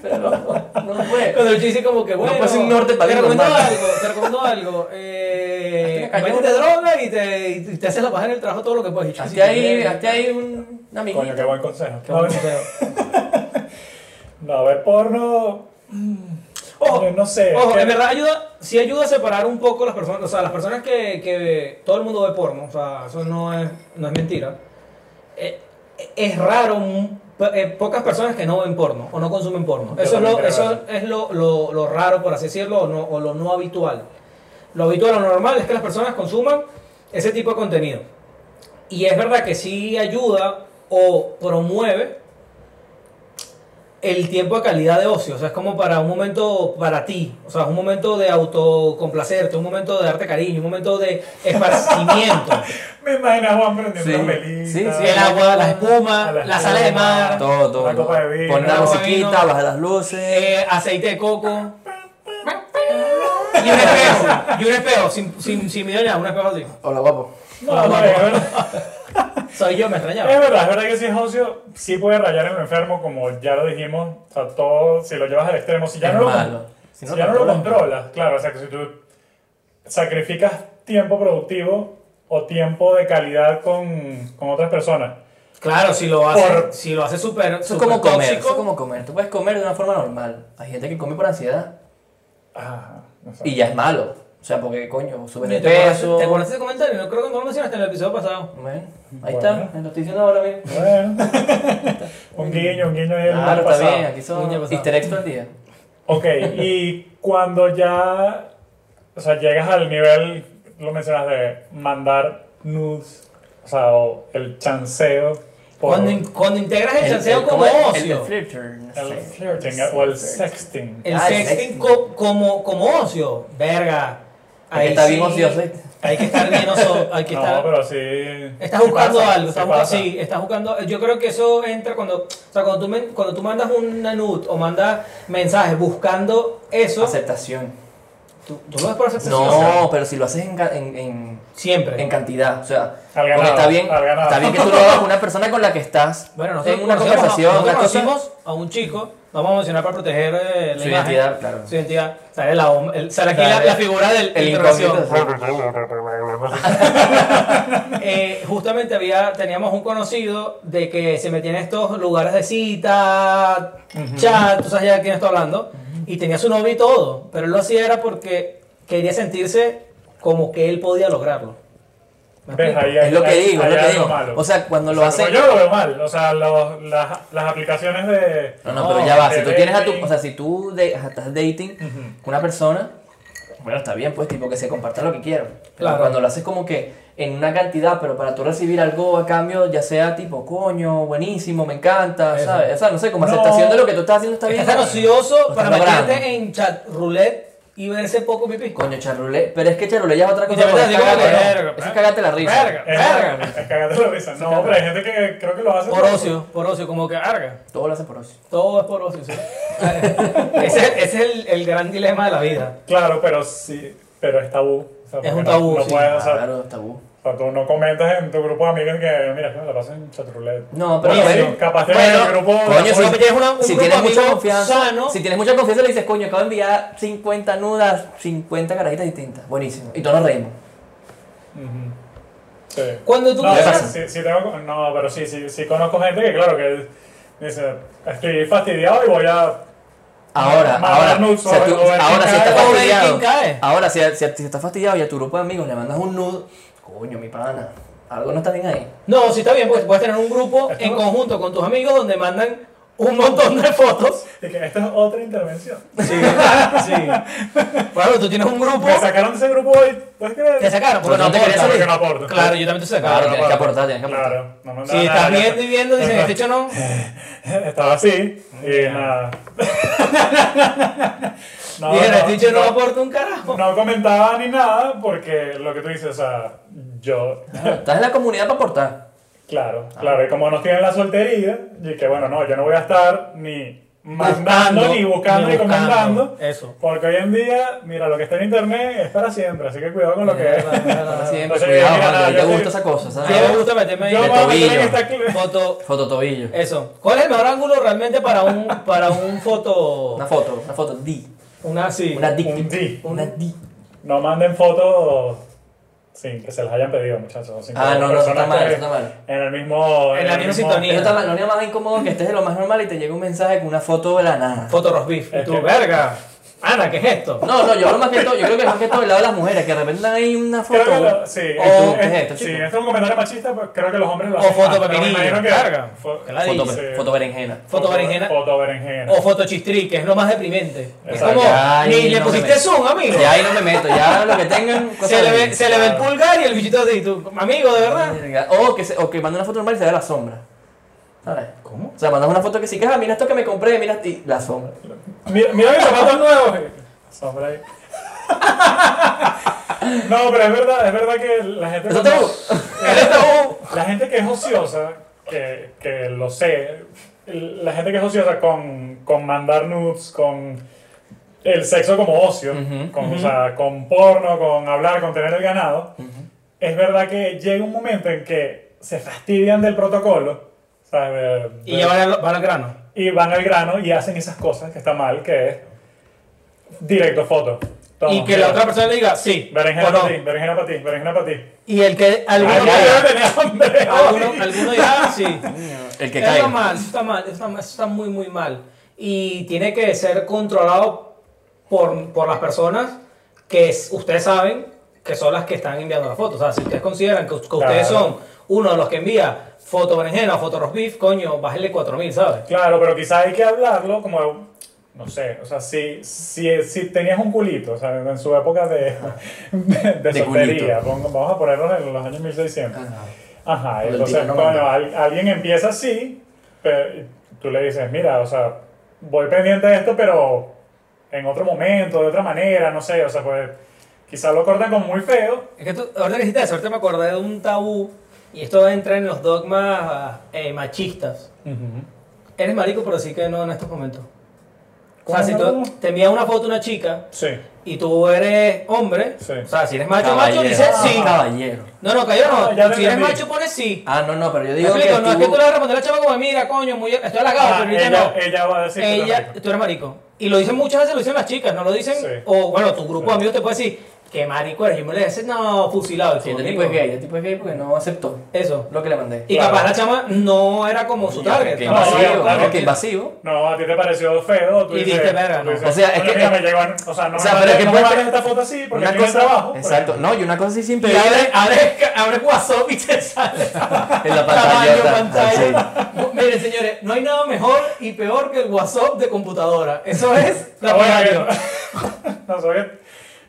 [SPEAKER 1] Pero no, no puede.
[SPEAKER 2] Cuando el chico dice como que, bueno,
[SPEAKER 1] puede ser un norte para
[SPEAKER 2] te
[SPEAKER 1] ir
[SPEAKER 2] recomiendo
[SPEAKER 1] normal.
[SPEAKER 2] algo, te recomiendo algo. Eh,
[SPEAKER 1] Hazte una
[SPEAKER 2] métete droga y te, y te haces la paja en el trabajo todo lo que puedes. Y yo, sí,
[SPEAKER 1] Hazte ahí,
[SPEAKER 2] mierda.
[SPEAKER 1] hazte ahí un, una amiguita.
[SPEAKER 4] Coño, qué buen consejo.
[SPEAKER 2] Qué bueno, o
[SPEAKER 4] No,
[SPEAKER 2] sea,
[SPEAKER 4] no, ver porno.
[SPEAKER 2] Ojo,
[SPEAKER 4] no sé. es
[SPEAKER 2] Ojo,
[SPEAKER 4] que-
[SPEAKER 2] en verdad ayuda, sí ayuda a separar un poco las personas, o sea, las personas que, que todo el mundo ve porno, o sea, eso no es, no es mentira. Eh, es raro, mm, po- eh, pocas personas que no ven porno o no consumen porno. eso
[SPEAKER 4] Yo
[SPEAKER 2] es,
[SPEAKER 4] también
[SPEAKER 2] lo,
[SPEAKER 4] creo
[SPEAKER 2] eso es lo, lo- lo raro, por así decirlo, o, no- o lo no habitual. Lo habitual o normal es que las personas consuman ese tipo de contenido. Y es verdad que sí ayuda o promueve el tiempo a calidad de ocio. O sea, es como para un momento para ti. O sea, es un momento de autocomplacerte, un momento de darte cariño, un momento de esparcimiento.
[SPEAKER 4] Me imagino a Juan prendiendo
[SPEAKER 1] Sí,
[SPEAKER 4] una velita.
[SPEAKER 1] sí, sí.
[SPEAKER 2] el agua, la espuma,
[SPEAKER 4] A la
[SPEAKER 2] la sala de
[SPEAKER 4] espuma.
[SPEAKER 2] mar,
[SPEAKER 1] Todo, todo.
[SPEAKER 4] Una copa de vino.
[SPEAKER 1] Poner la
[SPEAKER 2] Una copa de
[SPEAKER 1] musiquita,
[SPEAKER 2] vino.
[SPEAKER 1] bajar las luces.
[SPEAKER 2] eh, aceite de coco. Y un espejo, y un espejo, sin, sin, sin mirar nada, un espejo así.
[SPEAKER 1] Hola, guapo.
[SPEAKER 4] No, no, es verdad.
[SPEAKER 2] Soy yo, me extrañaba.
[SPEAKER 4] Es verdad, es verdad que si es ocio, sí puede rayar en lo enfermo, como ya lo dijimos. O sea, todo, si lo llevas al extremo, si ya
[SPEAKER 1] Es
[SPEAKER 4] no lo
[SPEAKER 1] malo.
[SPEAKER 4] Si,
[SPEAKER 1] Si
[SPEAKER 4] no
[SPEAKER 1] no
[SPEAKER 4] ya
[SPEAKER 1] lo
[SPEAKER 4] no lo
[SPEAKER 1] controlas.
[SPEAKER 4] controlas, claro, o sea que si tú sacrificas tiempo productivo o tiempo de calidad con, con otras personas.
[SPEAKER 2] Claro, si lo hace,
[SPEAKER 4] Por-
[SPEAKER 2] si lo hace súper
[SPEAKER 1] Eso es
[SPEAKER 2] súper
[SPEAKER 1] como comer,
[SPEAKER 2] tóxico.
[SPEAKER 1] eso es como comer. Tú puedes comer de una forma normal. Hay gente que come por ansiedad
[SPEAKER 4] Ah, no sé.
[SPEAKER 1] y ya es malo. O sea, porque coño, subes
[SPEAKER 2] Oye,
[SPEAKER 1] de
[SPEAKER 2] ¿Te acuerdas,
[SPEAKER 1] peso.
[SPEAKER 2] ¿Te acuerdas de ese comentario? No creo que no lo mencionaste en el episodio pasado.
[SPEAKER 1] Bueno, ahí
[SPEAKER 4] Bueno.
[SPEAKER 1] está, me lo estoy diciendo ahora mismo.
[SPEAKER 4] Bueno. [laughs] un guiño, un guiño ahí el mal
[SPEAKER 1] Claro, está
[SPEAKER 4] pasado.
[SPEAKER 1] bien, aquí son
[SPEAKER 2] Coño, pasado.
[SPEAKER 1] easter eggs todo el día.
[SPEAKER 4] Ok, y cuando ya, o sea, llegas al nivel, lo mencionas de mandar nudes, o sea, o el chanceo. por-
[SPEAKER 2] Cuando, in- cuando integras el, chanceo como
[SPEAKER 1] ¿cómo es? El,
[SPEAKER 2] ocio.
[SPEAKER 1] el flirter, no
[SPEAKER 4] el
[SPEAKER 1] sé.
[SPEAKER 4] flirting o el sexting.
[SPEAKER 2] El
[SPEAKER 1] Ah, el
[SPEAKER 2] sexting
[SPEAKER 1] sexting.
[SPEAKER 2] co- como, como ocio. Verga.
[SPEAKER 1] Hay que estar
[SPEAKER 2] sí
[SPEAKER 1] bien ocioso, ¿eh? ¿viste?
[SPEAKER 2] Hay que estar bien oso.
[SPEAKER 1] [laughs]
[SPEAKER 2] Hay que
[SPEAKER 4] No,
[SPEAKER 2] estar.
[SPEAKER 4] pero sí.
[SPEAKER 2] Estás
[SPEAKER 4] sí
[SPEAKER 2] buscando
[SPEAKER 4] pasa,
[SPEAKER 2] algo,
[SPEAKER 4] sí
[SPEAKER 2] estás buscando,
[SPEAKER 4] pasa.
[SPEAKER 2] sí, estás buscando. Yo creo que eso entra cuando, o sea, cuando tú, men- cuando tú mandas una nude o mandas mensajes buscando eso,
[SPEAKER 1] Aceptación.
[SPEAKER 2] tú, tú lo ves por aceptación.
[SPEAKER 1] No, pero si lo haces en, ca- en- en-
[SPEAKER 2] Siempre.
[SPEAKER 1] en cantidad, o sea,
[SPEAKER 4] Al ganado,
[SPEAKER 1] porque está bien,
[SPEAKER 4] al ganado.
[SPEAKER 1] está bien que tú lo hagas con una persona con la que estás
[SPEAKER 2] Bueno, nosotros
[SPEAKER 1] en una
[SPEAKER 2] conocemos a-
[SPEAKER 1] conversación,
[SPEAKER 2] nosotros
[SPEAKER 1] una cosa-
[SPEAKER 2] conocimos a un chico, vamos a mencionar para proteger eh, la
[SPEAKER 1] Su
[SPEAKER 2] imagen,
[SPEAKER 1] identidad, claro.
[SPEAKER 2] Su identidad. Sale, la, hom- el- sale aquí la,
[SPEAKER 1] Sale
[SPEAKER 2] la figura del
[SPEAKER 1] el
[SPEAKER 2] interrogación.
[SPEAKER 1] incógnito.
[SPEAKER 2] Eh, justamente había, teníamos un conocido de que se metía en estos lugares de cita, chat, tú sabes ya de quién estoy hablando, y tenía su novio y todo, pero él lo hacía era porque quería sentirse como que él podía lograrlo. ¿Me
[SPEAKER 4] Ves,
[SPEAKER 2] explico?
[SPEAKER 4] ahí hay-
[SPEAKER 1] Es lo que
[SPEAKER 4] hay-
[SPEAKER 1] digo, es
[SPEAKER 4] hay
[SPEAKER 1] lo que
[SPEAKER 4] algo
[SPEAKER 1] digo.
[SPEAKER 4] malo.
[SPEAKER 1] O sea, cuando lo
[SPEAKER 4] O sea,
[SPEAKER 1] hacen...
[SPEAKER 4] como Yo lo veo mal, o sea, los- las, las aplicaciones de.
[SPEAKER 1] No, no, pero ya va. Si
[SPEAKER 4] de
[SPEAKER 1] tú tienes a tu.
[SPEAKER 4] dating.
[SPEAKER 1] O sea, si tú de- ajá, estás dating con una persona, bueno, está bien, pues, tipo que se compartan lo que quieran. Pero
[SPEAKER 2] Claro.
[SPEAKER 1] cuando lo haces como que en una cantidad, pero para tú recibir algo a cambio, ya sea tipo, coño, buenísimo, me encanta,
[SPEAKER 2] Eso.
[SPEAKER 1] ¿sabes? O sea, no sé, como
[SPEAKER 4] No.
[SPEAKER 1] aceptación de lo que tú estás haciendo está bien.
[SPEAKER 2] Estás tan ocioso
[SPEAKER 1] Lo
[SPEAKER 2] para
[SPEAKER 1] estás logrando.
[SPEAKER 2] meterte en chat roulette y verse poco pipí.
[SPEAKER 1] Coño, charrulé. Pero es que charrulé ya es otra
[SPEAKER 2] Y te
[SPEAKER 1] cosa. porque es
[SPEAKER 2] metes así como
[SPEAKER 1] cagarte,
[SPEAKER 2] que,
[SPEAKER 1] ¿no?
[SPEAKER 2] verga,
[SPEAKER 1] Eso es cagarte la risa.
[SPEAKER 2] verga.
[SPEAKER 4] Es,
[SPEAKER 2] Verga.
[SPEAKER 4] es cagando la risa. No, pero hay gente que creo que lo hace.
[SPEAKER 2] Por ocio, por ocio, como que arga.
[SPEAKER 1] Todo lo haces por ocio.
[SPEAKER 2] Todo es por ocio,
[SPEAKER 1] [laughs]
[SPEAKER 2] sí. ese, es- ese es el, el gran dilema de la vida.
[SPEAKER 4] Claro, pero sí. Pero es tabú. O sea,
[SPEAKER 2] Es
[SPEAKER 4] porque
[SPEAKER 2] un
[SPEAKER 4] no-
[SPEAKER 2] tabú,
[SPEAKER 4] No,
[SPEAKER 2] sí.
[SPEAKER 4] puedes, o sea,
[SPEAKER 1] Ah, Claro, tabú.
[SPEAKER 4] o sea, tú no comentas en tu grupo de amigos que, mira, me la pasas en chatrulete.
[SPEAKER 1] No, pero
[SPEAKER 4] Bueno,
[SPEAKER 1] bueno.
[SPEAKER 4] sí, capaz de en
[SPEAKER 1] bueno,
[SPEAKER 4] el grupo.
[SPEAKER 1] coño,
[SPEAKER 4] no,
[SPEAKER 1] si,
[SPEAKER 2] porque tienes una- un
[SPEAKER 1] si
[SPEAKER 2] grupo
[SPEAKER 1] tienes
[SPEAKER 2] de
[SPEAKER 1] mucha
[SPEAKER 2] amigos
[SPEAKER 1] confianza,
[SPEAKER 2] sano.
[SPEAKER 1] si tienes mucha confianza le dices, coño, acabo de enviar 50 nudas, 50 carajitas distintas. Buenísimo. Y todos nos reímos.
[SPEAKER 4] Ujú. Sí.
[SPEAKER 2] Cuando tú
[SPEAKER 4] No,
[SPEAKER 1] ¿Qué
[SPEAKER 4] sí,
[SPEAKER 1] pasa?
[SPEAKER 2] piensas,
[SPEAKER 4] sí, sí tengo- no, pero sí, sí, sí conozco gente que, claro, que dice, estoy fastidiado y voy a.
[SPEAKER 1] Ahora,
[SPEAKER 4] Mandar
[SPEAKER 1] ahora,
[SPEAKER 4] nudes,
[SPEAKER 1] o sea, tú-
[SPEAKER 4] o ver
[SPEAKER 1] ahora
[SPEAKER 4] quién
[SPEAKER 1] si
[SPEAKER 4] cae,
[SPEAKER 1] estás
[SPEAKER 2] o ver quién
[SPEAKER 1] fastidiado,
[SPEAKER 2] cae.
[SPEAKER 1] ahora si, si, si estás fastidiado y a tu grupo de amigos le mandas un nudo, coño, mi pana, algo no está bien ahí.
[SPEAKER 2] no, sí está bien, porque puedes tener un grupo en conjunto con tus amigos donde mandan un montón de fotos.
[SPEAKER 4] Y que esta es otra
[SPEAKER 2] [laughs]
[SPEAKER 4] intervención.
[SPEAKER 2] Sí, sí. Bueno, tú tienes un grupo.
[SPEAKER 4] Me sacaron de ese grupo hoy. ¿Puedes creer?
[SPEAKER 2] Te sacaron, porque
[SPEAKER 1] Pero
[SPEAKER 2] no
[SPEAKER 1] no te querías
[SPEAKER 2] aporta.
[SPEAKER 1] salir.
[SPEAKER 4] Porque no aporta.
[SPEAKER 2] Claro, yo también te
[SPEAKER 1] Claro,
[SPEAKER 2] sacaron.
[SPEAKER 1] tienes que aportar, tienes que aportar.
[SPEAKER 4] Claro, no me
[SPEAKER 2] Si estás viendo y viendo, dicen,
[SPEAKER 4] [laughs]
[SPEAKER 2] este hecho no.
[SPEAKER 4] Estaba así y
[SPEAKER 2] [laughs]
[SPEAKER 4] nada. no,
[SPEAKER 2] Dijeron,
[SPEAKER 4] no,
[SPEAKER 2] este hecho no
[SPEAKER 4] no,
[SPEAKER 2] aporta un
[SPEAKER 4] [laughs]
[SPEAKER 2] carajo.
[SPEAKER 4] no comentaba ni nada porque lo que tú dices, o sea, yo,
[SPEAKER 1] Estás en la comunidad para aportar.
[SPEAKER 4] claro,
[SPEAKER 2] Ah.
[SPEAKER 4] claro, y como no estoy en la soltería, y que bueno, no, yo no voy a estar ni mandando,
[SPEAKER 2] Buscando,
[SPEAKER 4] ni buscando,
[SPEAKER 2] ni
[SPEAKER 4] ni,
[SPEAKER 2] buscando,
[SPEAKER 4] comentando,
[SPEAKER 2] eso.
[SPEAKER 4] porque hoy en día, mira, lo que está en internet es para siempre, así que cuidado con lo que es.
[SPEAKER 1] Ahora
[SPEAKER 2] Yo
[SPEAKER 1] siempre,
[SPEAKER 4] Entonces,
[SPEAKER 1] cuidado,
[SPEAKER 4] mira,
[SPEAKER 1] mano,
[SPEAKER 4] nada,
[SPEAKER 1] a ti te
[SPEAKER 4] yo
[SPEAKER 1] gusta
[SPEAKER 4] soy-
[SPEAKER 1] esa cosa,
[SPEAKER 2] me
[SPEAKER 1] ¿sabes?
[SPEAKER 2] gusta Eh, meterme
[SPEAKER 4] [laughs] Yo
[SPEAKER 1] De
[SPEAKER 4] me
[SPEAKER 2] en
[SPEAKER 4] voy a meter en
[SPEAKER 1] tobillo.
[SPEAKER 4] esta cli-
[SPEAKER 2] foto.
[SPEAKER 1] Fototobillo.
[SPEAKER 2] Eso. ¿Cuál es el mejor ángulo realmente para un, para un foto?
[SPEAKER 1] Una foto, una foto D.
[SPEAKER 2] Una así.
[SPEAKER 1] Una D.
[SPEAKER 4] un D.
[SPEAKER 1] Una D.
[SPEAKER 4] No manden fotos sin que se las hayan pedido, muchachos. sin que
[SPEAKER 1] Ah, no, no,
[SPEAKER 4] personas
[SPEAKER 1] está mal,
[SPEAKER 4] que-
[SPEAKER 1] está mal.
[SPEAKER 4] En el mismo.
[SPEAKER 2] En la misma
[SPEAKER 4] el mismo-
[SPEAKER 2] sintonía.
[SPEAKER 1] Eso está mal, no es más incómodo que estés de lo más normal y te llegue un mensaje con una foto de la nada.
[SPEAKER 2] Foto roast beef. Y
[SPEAKER 4] Es
[SPEAKER 2] tú,
[SPEAKER 4] que-
[SPEAKER 2] verga. Ana, ¿qué es esto?
[SPEAKER 1] No, no, yo hablo más que todo, yo creo que es más que todo el lado de las mujeres, que de repente hay una foto.
[SPEAKER 4] Creo que lo- sí,
[SPEAKER 1] o,
[SPEAKER 4] es-
[SPEAKER 1] ¿qué es esto,
[SPEAKER 4] sí,
[SPEAKER 1] chico?
[SPEAKER 4] este es un comentario machista, pues creo que los hombres
[SPEAKER 2] O
[SPEAKER 4] lo hacen.
[SPEAKER 2] foto
[SPEAKER 4] más, pero me
[SPEAKER 2] pepinillo,
[SPEAKER 4] imagino que-
[SPEAKER 2] carga.
[SPEAKER 4] fo-
[SPEAKER 2] Que la
[SPEAKER 1] foto,
[SPEAKER 2] dice.
[SPEAKER 1] foto berenjena. Oh.
[SPEAKER 2] Foto berenjena.
[SPEAKER 4] Foto berenjena.
[SPEAKER 2] O foto chistri, que es lo más deprimente. Es
[SPEAKER 4] Exacto.
[SPEAKER 2] como,
[SPEAKER 1] Ay,
[SPEAKER 2] ni le
[SPEAKER 1] no me
[SPEAKER 2] pusiste
[SPEAKER 1] meto.
[SPEAKER 2] zoom, amigo.
[SPEAKER 1] Ya ahí no me meto, ya lo que tengan. cosas
[SPEAKER 2] Se le, ve,
[SPEAKER 1] de-
[SPEAKER 2] se ah. le ve el pulgar y el bichito así, tú, amigo, de verdad.
[SPEAKER 1] Verga. O que, se- o que mande una foto normal y se vea la sombra. ¿sabes?
[SPEAKER 4] ¿Cómo?
[SPEAKER 1] O sea, mandas una foto que sí que, ah, mira esto que me compré, mira y la sombra.
[SPEAKER 4] Mira, mira mis zapatos nuevos. Sombra eh. ahí. [laughs] No, pero es verdad, es verdad que la gente.
[SPEAKER 1] Eso
[SPEAKER 4] cuando-
[SPEAKER 1] tabú. [laughs] Eso es tabú.
[SPEAKER 4] La gente que es ociosa, que, que lo sé, la gente que es ociosa con, con mandar nudes, con el sexo como ocio,
[SPEAKER 1] Ujú,
[SPEAKER 4] con, o sea, con porno, con hablar, con tener el ganado, es verdad que llega un momento en que se fastidian del protocolo. ¿sabes? De-
[SPEAKER 2] Y ya van al, van al grano.
[SPEAKER 4] y van al grano y hacen esas cosas que está mal, que es directo foto. Toma,
[SPEAKER 2] y que la
[SPEAKER 4] mira.
[SPEAKER 2] otra persona le diga sí.
[SPEAKER 4] Berenjena
[SPEAKER 2] o no.
[SPEAKER 4] para ti, berenjena para ti, berenjena para ti.
[SPEAKER 2] Y el que alguno,
[SPEAKER 4] Ay, ya, ya tenía
[SPEAKER 2] [laughs]
[SPEAKER 4] hambre.
[SPEAKER 2] alguno, alguno dirá ah, sí.
[SPEAKER 1] El que
[SPEAKER 2] Eso
[SPEAKER 1] cae.
[SPEAKER 2] está mal, eso está mal, eso está, mal, eso está muy, muy mal. Y tiene que ser controlado por, por las personas que s- ustedes saben que son las que están enviando las fotos. O sea, si ustedes consideran que, que ustedes
[SPEAKER 4] Claro.
[SPEAKER 2] son uno de los que envía foto berenjena, foto roast beef, coño, bájale 4000, ¿sabes?
[SPEAKER 4] Claro, pero quizás hay que hablarlo como, no sé, o sea, si, si, si tenías un culito, o sea, en su época de, [laughs] de, de
[SPEAKER 1] De
[SPEAKER 4] soltería,
[SPEAKER 1] culito.
[SPEAKER 4] pon- vamos a ponernos en los años 1600.
[SPEAKER 1] Ah,
[SPEAKER 4] Ajá,
[SPEAKER 1] Por el
[SPEAKER 4] entonces,
[SPEAKER 1] tirano
[SPEAKER 4] bueno,
[SPEAKER 1] mandado.
[SPEAKER 4] al- alguien empieza así, pero tú le dices, mira, o sea, voy pendiente de esto, pero en otro momento, de otra manera, no sé, o sea, pues quizás lo cortan como muy feo.
[SPEAKER 2] Es que tú, ahorita que dijiste eso, ahorita me acordé de un tabú y esto entra en los dogmas eh, machistas. Eres marico, pero sí que no en estos momentos. O sea,
[SPEAKER 4] ¿Cómo
[SPEAKER 2] si
[SPEAKER 4] no?
[SPEAKER 2] tú te envía una foto una chica
[SPEAKER 4] Sí.
[SPEAKER 2] y tú eres hombre,
[SPEAKER 4] Sí.
[SPEAKER 2] o sea, si eres macho, macho, dices
[SPEAKER 1] Caballero. Ah,
[SPEAKER 2] sí.
[SPEAKER 1] Caballero.
[SPEAKER 2] No, no, cayó
[SPEAKER 4] Ah, ya
[SPEAKER 2] no.
[SPEAKER 4] lo
[SPEAKER 2] Si eres
[SPEAKER 4] entendí.
[SPEAKER 2] macho, pones sí.
[SPEAKER 1] Ah, no, no, pero yo
[SPEAKER 2] ¿Me
[SPEAKER 1] digo
[SPEAKER 2] explico? no, es que tú
[SPEAKER 1] tú-
[SPEAKER 2] le vas a responder a la chava como, mira, coño, muy, estoy halagado,
[SPEAKER 4] Ah,
[SPEAKER 2] pero ahorita
[SPEAKER 4] ella,
[SPEAKER 2] no.
[SPEAKER 4] ella va a decir que
[SPEAKER 2] Ella,
[SPEAKER 4] lo rico.
[SPEAKER 2] tú eres marico. Y lo dicen muchas veces, lo dicen las chicas, no lo dicen.
[SPEAKER 4] Sí.
[SPEAKER 2] O bueno, tu grupo de amigos te puede decir, qué marico eres. Y me le dices, no, fusilado.
[SPEAKER 1] Sí,
[SPEAKER 2] chico,
[SPEAKER 1] este tipo es
[SPEAKER 2] amigo".
[SPEAKER 1] gay, este tipo es gay porque no aceptó
[SPEAKER 2] Eso.
[SPEAKER 1] lo que le mandé.
[SPEAKER 2] Y
[SPEAKER 4] Claro.
[SPEAKER 2] capaz la chama no era como su target.
[SPEAKER 1] Que
[SPEAKER 4] No,
[SPEAKER 2] capaz-
[SPEAKER 4] claro,
[SPEAKER 1] invasivo,
[SPEAKER 4] claro.
[SPEAKER 1] ¿no? que invasivo.
[SPEAKER 4] No, a ti te pareció feo. Tú
[SPEAKER 2] Y
[SPEAKER 4] dices,
[SPEAKER 2] dijiste, verga, no.
[SPEAKER 4] tú dices,
[SPEAKER 1] O sea, es
[SPEAKER 4] "Coño,
[SPEAKER 1] que-
[SPEAKER 4] mira, me llevan, o sea, no,
[SPEAKER 1] o sea,
[SPEAKER 4] me
[SPEAKER 1] pero
[SPEAKER 4] mandes-
[SPEAKER 1] que
[SPEAKER 4] no me
[SPEAKER 1] puede-
[SPEAKER 4] mandes esta foto así porque
[SPEAKER 1] Una
[SPEAKER 4] aquí no hay
[SPEAKER 1] cosa,
[SPEAKER 4] trabajo. pues. por
[SPEAKER 1] exacto,
[SPEAKER 4] ejemplo.
[SPEAKER 1] no, y una cosa así sin
[SPEAKER 2] Y
[SPEAKER 1] pedirle
[SPEAKER 2] abre, abre, abre WhatsApp y te sale.
[SPEAKER 1] en la pantalla.
[SPEAKER 2] Tamaño, pantalla. Miren, señores, no hay nada mejor y peor que el WhatsApp de computadora. Eso
[SPEAKER 4] [laughs]
[SPEAKER 2] es la
[SPEAKER 4] Ah, bueno,
[SPEAKER 2] pantalla.
[SPEAKER 4] que- [laughs] Nosotros,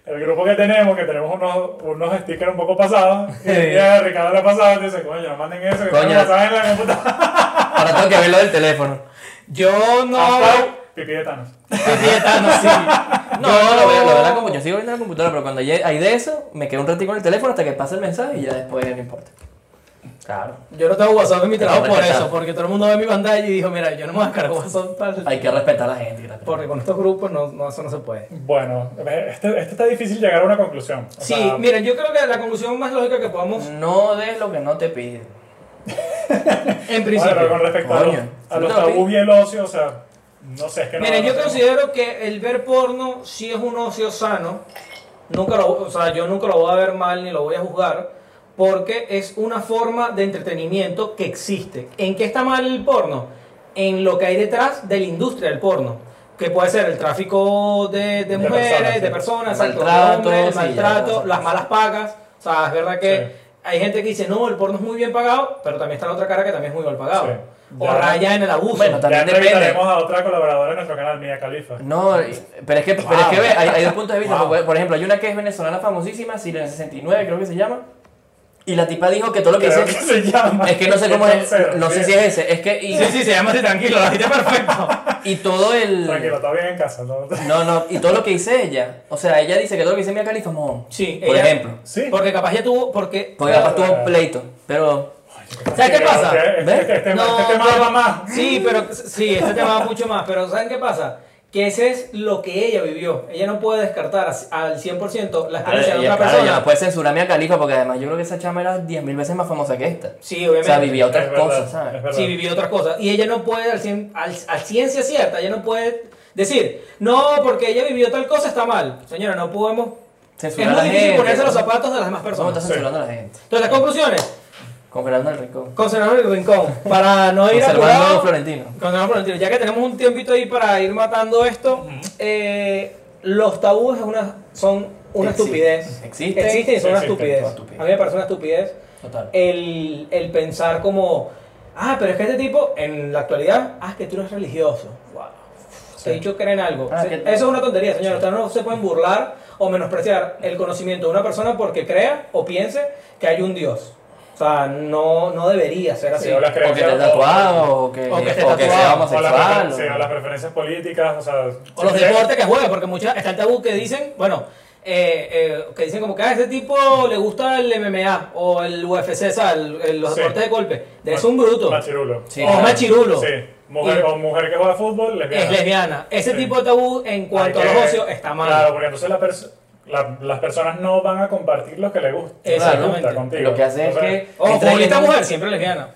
[SPEAKER 4] el grupo que tenemos, que tenemos unos, unos stickers un poco pasados, y el día de Ricardo la pasada, te dice, coño, no manden eso, que
[SPEAKER 1] Coño.
[SPEAKER 4] coño, pasaba en la computadora.
[SPEAKER 1] Ahora tengo que verlo del teléfono.
[SPEAKER 2] Yo no
[SPEAKER 4] Hashtag
[SPEAKER 2] hablo.
[SPEAKER 4] Pipí de Thanos.
[SPEAKER 2] Pietano, sí.
[SPEAKER 1] No, no lo veo, la verdad, como yo sigo viendo la computadora, pero cuando ya hay de eso, me quedo un ratito con el teléfono hasta que pase el mensaje y ya después no importa. Claro.
[SPEAKER 2] Yo no tengo WhatsApp en mi trabajo por
[SPEAKER 1] respetado.
[SPEAKER 2] eso, porque todo el mundo ve mi pantalla y dijo, mira, yo no me voy a descargar WhatsApp para-
[SPEAKER 1] Hay que respetar a la gente. gracias.
[SPEAKER 2] porque con estos grupos no, no, eso no se puede.
[SPEAKER 4] Bueno, este, este está difícil llegar a una conclusión. O
[SPEAKER 2] Sí,
[SPEAKER 4] sea, eh.
[SPEAKER 2] miren, yo creo que la conclusión más lógica que podamos,
[SPEAKER 1] No des lo que no te piden.
[SPEAKER 2] en
[SPEAKER 4] bueno, pero con
[SPEAKER 2] principio.
[SPEAKER 4] respecto a los,
[SPEAKER 1] Coño.
[SPEAKER 4] a los
[SPEAKER 1] No,
[SPEAKER 4] tabús y el ocio, o sea, no sé, es que no.
[SPEAKER 2] Miren,
[SPEAKER 4] no
[SPEAKER 2] yo
[SPEAKER 4] sé.
[SPEAKER 2] considero que el ver porno sí es un ocio sano. Nunca lo, o sea, yo nunca lo voy a ver mal ni lo voy a juzgar porque es una forma de entretenimiento que existe. ¿En qué está mal el porno? En lo que hay detrás de la industria del porno, que puede ser el tráfico de, de mujeres,
[SPEAKER 4] personas, sí.
[SPEAKER 2] de personas, exacto, de
[SPEAKER 1] Maltrato,
[SPEAKER 2] hombres, el
[SPEAKER 1] sí,
[SPEAKER 2] maltrato,
[SPEAKER 1] ya,
[SPEAKER 2] las malas pagas. O sea, es verdad que
[SPEAKER 4] Sí.
[SPEAKER 2] hay gente que dice, no, el porno es muy bien pagado, pero también está la otra cara que también es muy mal pagado.
[SPEAKER 4] Sí.
[SPEAKER 2] O
[SPEAKER 4] Ya.
[SPEAKER 2] raya en el abuso.
[SPEAKER 1] Bueno,
[SPEAKER 4] Ya
[SPEAKER 1] También depende.
[SPEAKER 4] entrevistaremos a otra colaboradora de nuestro canal, Mia Khalifa.
[SPEAKER 1] No, y- pero es que, pero es que
[SPEAKER 4] Wow.
[SPEAKER 1] ve, hay, hay dos puntos de vista.
[SPEAKER 4] Wow.
[SPEAKER 1] porque, por ejemplo, hay una que es venezolana famosísima, Siren 69, creo que se llama. Y la tipa dijo que todo lo que
[SPEAKER 4] [laughs] Creo
[SPEAKER 1] dice
[SPEAKER 4] que se llama.
[SPEAKER 1] es que no sé cómo es,
[SPEAKER 4] Cero,
[SPEAKER 1] no sé
[SPEAKER 4] sí.
[SPEAKER 1] si es ese, es que y,
[SPEAKER 2] Sí, sí, se llama así, tranquilo, la dijiste perfecto.
[SPEAKER 1] y todo el
[SPEAKER 4] Tranquilo, está bien en casa. ¿no?
[SPEAKER 1] No, no, y todo lo que dice ella, o sea, ella dice que todo lo que dice Mia Khalifa es mamón.
[SPEAKER 2] Sí,
[SPEAKER 1] por
[SPEAKER 2] ella-
[SPEAKER 1] ejemplo,
[SPEAKER 4] Sí.
[SPEAKER 2] Porque capaz ya tuvo, porque...
[SPEAKER 1] porque capaz tuvo un pleito, pero
[SPEAKER 2] ¿Sabes qué pasa?
[SPEAKER 4] Este, este- este- este- este tema
[SPEAKER 2] pero-
[SPEAKER 4] va más.
[SPEAKER 2] Sí, pero sí, este tema va mucho más, pero ¿saben qué pasa? Que ese es lo que ella vivió. Ella no puede descartar as- al 100% la experiencia de
[SPEAKER 1] ella,
[SPEAKER 2] otra
[SPEAKER 1] claro, ya
[SPEAKER 2] persona.
[SPEAKER 1] no puede censurar a Mia Khalifa porque además yo creo que esa chama era 10.000 veces más famosa que esta.
[SPEAKER 2] Sí,
[SPEAKER 1] O sea,
[SPEAKER 2] obviamente.
[SPEAKER 1] vivía otras
[SPEAKER 4] Es verdad,
[SPEAKER 1] cosas,
[SPEAKER 4] es
[SPEAKER 1] ¿sabes?
[SPEAKER 4] verdad.
[SPEAKER 2] sí, vivió otras cosas. Y ella no puede, al, cien- al- a ciencia cierta, ella no puede decir, no, porque ella vivió tal cosa, está mal. Señora, no podemos...
[SPEAKER 1] Censurar a
[SPEAKER 2] es muy
[SPEAKER 1] la
[SPEAKER 2] difícil
[SPEAKER 1] gente.
[SPEAKER 2] ponerse los zapatos de las demás
[SPEAKER 1] ¿Cómo estás
[SPEAKER 2] personas.
[SPEAKER 1] censurando a la gente?
[SPEAKER 2] Entonces, las conclusiones.
[SPEAKER 1] Congelando el rincón.
[SPEAKER 2] Conservando el rincón. Para no ir a
[SPEAKER 1] Conservando
[SPEAKER 2] curado,
[SPEAKER 1] Florentino.
[SPEAKER 2] Conservando Florentino. Ya que tenemos un tiempito ahí para ir matando esto, eh, los tabúes es una, son
[SPEAKER 1] Existen.
[SPEAKER 2] una estupidez.
[SPEAKER 1] Existen.
[SPEAKER 2] Existen y son una
[SPEAKER 4] Existen,
[SPEAKER 2] estupidez.
[SPEAKER 1] son estupidez.
[SPEAKER 2] A mí me parece una estupidez
[SPEAKER 1] Total.
[SPEAKER 2] el, el pensar como, ah, pero es que este tipo, en la actualidad, ah, es que tú eres religioso. Wow. Te he dicho que en algo.
[SPEAKER 1] Ah,
[SPEAKER 2] Sí,
[SPEAKER 1] que
[SPEAKER 2] Eso
[SPEAKER 1] tú-
[SPEAKER 2] es una tontería, señor. Ustedes no se pueden burlar o menospreciar el conocimiento de una persona porque crea o piense que hay un Dios. O sea, no, no debería ser así.
[SPEAKER 4] Sí, o las
[SPEAKER 1] O que
[SPEAKER 4] creencias-
[SPEAKER 1] esté tatuado, o que,
[SPEAKER 2] O que esté
[SPEAKER 1] o que sea
[SPEAKER 2] tatuado,
[SPEAKER 4] o las
[SPEAKER 1] homosexual.
[SPEAKER 4] prefer- sí,
[SPEAKER 1] o-
[SPEAKER 4] o las preferencias políticas, o sea...
[SPEAKER 2] O los
[SPEAKER 4] siempre-
[SPEAKER 2] deportes que juega, porque muchas, está el tabú que dicen, bueno, eh, eh, que dicen como que a este tipo le gusta el MMA o el UFC, ¿sabes? El- el- los
[SPEAKER 4] Sí.
[SPEAKER 2] deportes de golpe. Es un bruto.
[SPEAKER 4] Machirulo.
[SPEAKER 1] Sí,
[SPEAKER 2] o
[SPEAKER 1] claro.
[SPEAKER 2] machirulo.
[SPEAKER 4] Sí, mujer,
[SPEAKER 2] Y-
[SPEAKER 4] o mujer que juega fútbol, lesbiana.
[SPEAKER 2] Es lesbiana. Ese
[SPEAKER 4] Sí.
[SPEAKER 2] tipo de tabú en cuanto
[SPEAKER 4] Hay
[SPEAKER 2] a
[SPEAKER 4] que-
[SPEAKER 2] los ocios está mal.
[SPEAKER 4] Claro, porque entonces la perso- la- las personas no van a compartir lo que les gusta.
[SPEAKER 2] Exactamente.
[SPEAKER 4] les gusta contigo.
[SPEAKER 1] Lo que hace es
[SPEAKER 4] O sea,
[SPEAKER 1] que-
[SPEAKER 2] Ojo,
[SPEAKER 1] Entra
[SPEAKER 2] con esta
[SPEAKER 1] en-
[SPEAKER 2] mujer siempre lesbiana.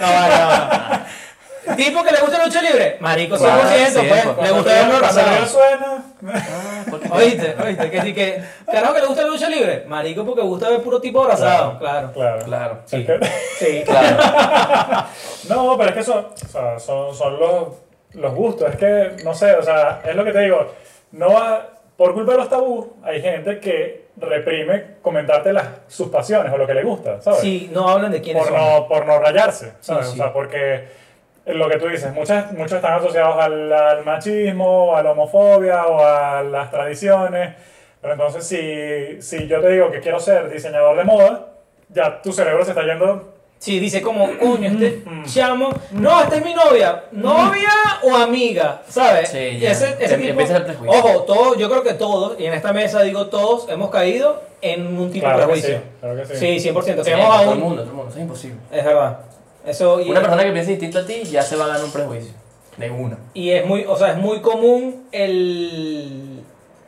[SPEAKER 2] no, vale, no, no. Tipo que le gusta la lucha libre, marico, 100%,
[SPEAKER 1] Claro, sí,
[SPEAKER 2] pues,
[SPEAKER 1] pues.
[SPEAKER 2] le
[SPEAKER 4] cuando
[SPEAKER 2] gusta verlo
[SPEAKER 4] cuando
[SPEAKER 2] abrazado.
[SPEAKER 4] yo suena...
[SPEAKER 2] Oíste, oíste, que sí que. Carajo que le gusta la lucha libre. Marico, porque gusta ver puro tipo abrazado. Claro.
[SPEAKER 4] Claro.
[SPEAKER 1] Claro,
[SPEAKER 4] Es
[SPEAKER 1] sí.
[SPEAKER 4] que-
[SPEAKER 2] Sí.
[SPEAKER 1] Claro,
[SPEAKER 4] No, pero es que son, o sea, son, son los, los gustos. Es que, no sé, o sea, es lo que te digo. No va- por culpa de los tabús, hay gente que reprime comentarte las, sus pasiones o lo que le gusta, ¿sabes?
[SPEAKER 2] Sí, no hablan de quiénes
[SPEAKER 4] por,
[SPEAKER 2] son.
[SPEAKER 4] no, por no rayarse, ¿sabes?
[SPEAKER 2] sí.
[SPEAKER 4] O sea, porque lo que tú dices, muchas, muchos están asociados al, al machismo, a la homofobia o a las tradiciones. Pero entonces, si, si yo te digo que quiero ser diseñador de moda, ya tu cerebro se está yendo
[SPEAKER 2] Sí, dice como, coño, este
[SPEAKER 1] Mm.
[SPEAKER 2] chamo. No, esta es mi novia. ¿Novia o amiga? ¿Sabes?
[SPEAKER 1] Sí,
[SPEAKER 2] Y
[SPEAKER 1] ya.
[SPEAKER 2] Ese, ese
[SPEAKER 1] Te
[SPEAKER 2] tipo-
[SPEAKER 1] empieza el prejuicio.
[SPEAKER 2] Ojo, todos, yo creo que todos, y en esta mesa digo todos, hemos caído en un tipo de
[SPEAKER 4] Claro que
[SPEAKER 2] prejuicio.
[SPEAKER 4] sí, claro que sí.
[SPEAKER 2] Sí, 100%.
[SPEAKER 1] Sí,
[SPEAKER 2] Tenemos a
[SPEAKER 1] todo el
[SPEAKER 2] un-
[SPEAKER 1] mundo, todo el mundo, eso es imposible.
[SPEAKER 2] Es verdad. Eso. y-
[SPEAKER 1] Una persona que piense distinto a ti ya se va a ganar un prejuicio. De una.
[SPEAKER 2] Y es muy, o sea, es muy común el,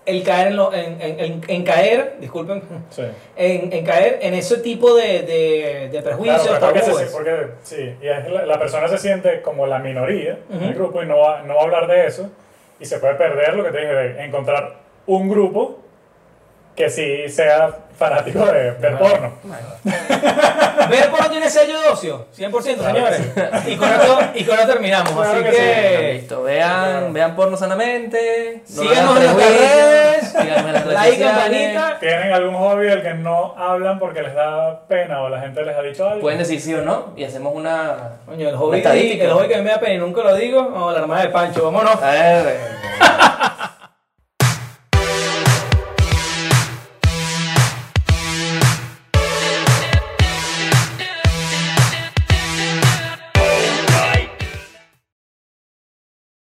[SPEAKER 2] el caer en, lo- en, en- en- en caer, disculpen, [laughs]
[SPEAKER 4] Sí.
[SPEAKER 2] en, en caer en ese tipo de, de, de prejuicios,
[SPEAKER 4] Claro, porque, se-
[SPEAKER 2] tabúes.
[SPEAKER 4] porque- sí, y es la, la persona se siente como la minoría en
[SPEAKER 2] Ujú.
[SPEAKER 4] el grupo y no va, no va a hablar de eso y se puede perder lo que te dije, de encontrar un grupo que sí sea fanático de ver porno.
[SPEAKER 2] Ver por tiene sello de ocio, 100%,
[SPEAKER 4] Claro
[SPEAKER 2] señores. Y con esto, y con esto terminamos,
[SPEAKER 4] Claro
[SPEAKER 2] así
[SPEAKER 4] que
[SPEAKER 2] que,
[SPEAKER 1] Bueno, listo, vean, vean porno sanamente. no
[SPEAKER 2] síganos en
[SPEAKER 1] hagan
[SPEAKER 2] nuestras redes,
[SPEAKER 1] prejuicios, síganos en las redes
[SPEAKER 2] like,
[SPEAKER 1] sociales.
[SPEAKER 2] campanita.
[SPEAKER 4] ¿Tienen algún hobby del que no hablan porque les da pena o la gente les ha dicho algo?
[SPEAKER 1] Pueden decir sí o no y hacemos una.
[SPEAKER 2] Coño, el
[SPEAKER 1] Una
[SPEAKER 2] hobby,
[SPEAKER 1] estadística.
[SPEAKER 2] el hobby que a mí me da pena y nunca lo digo, vamos a la hermana de Pancho, vámonos.
[SPEAKER 1] A ver.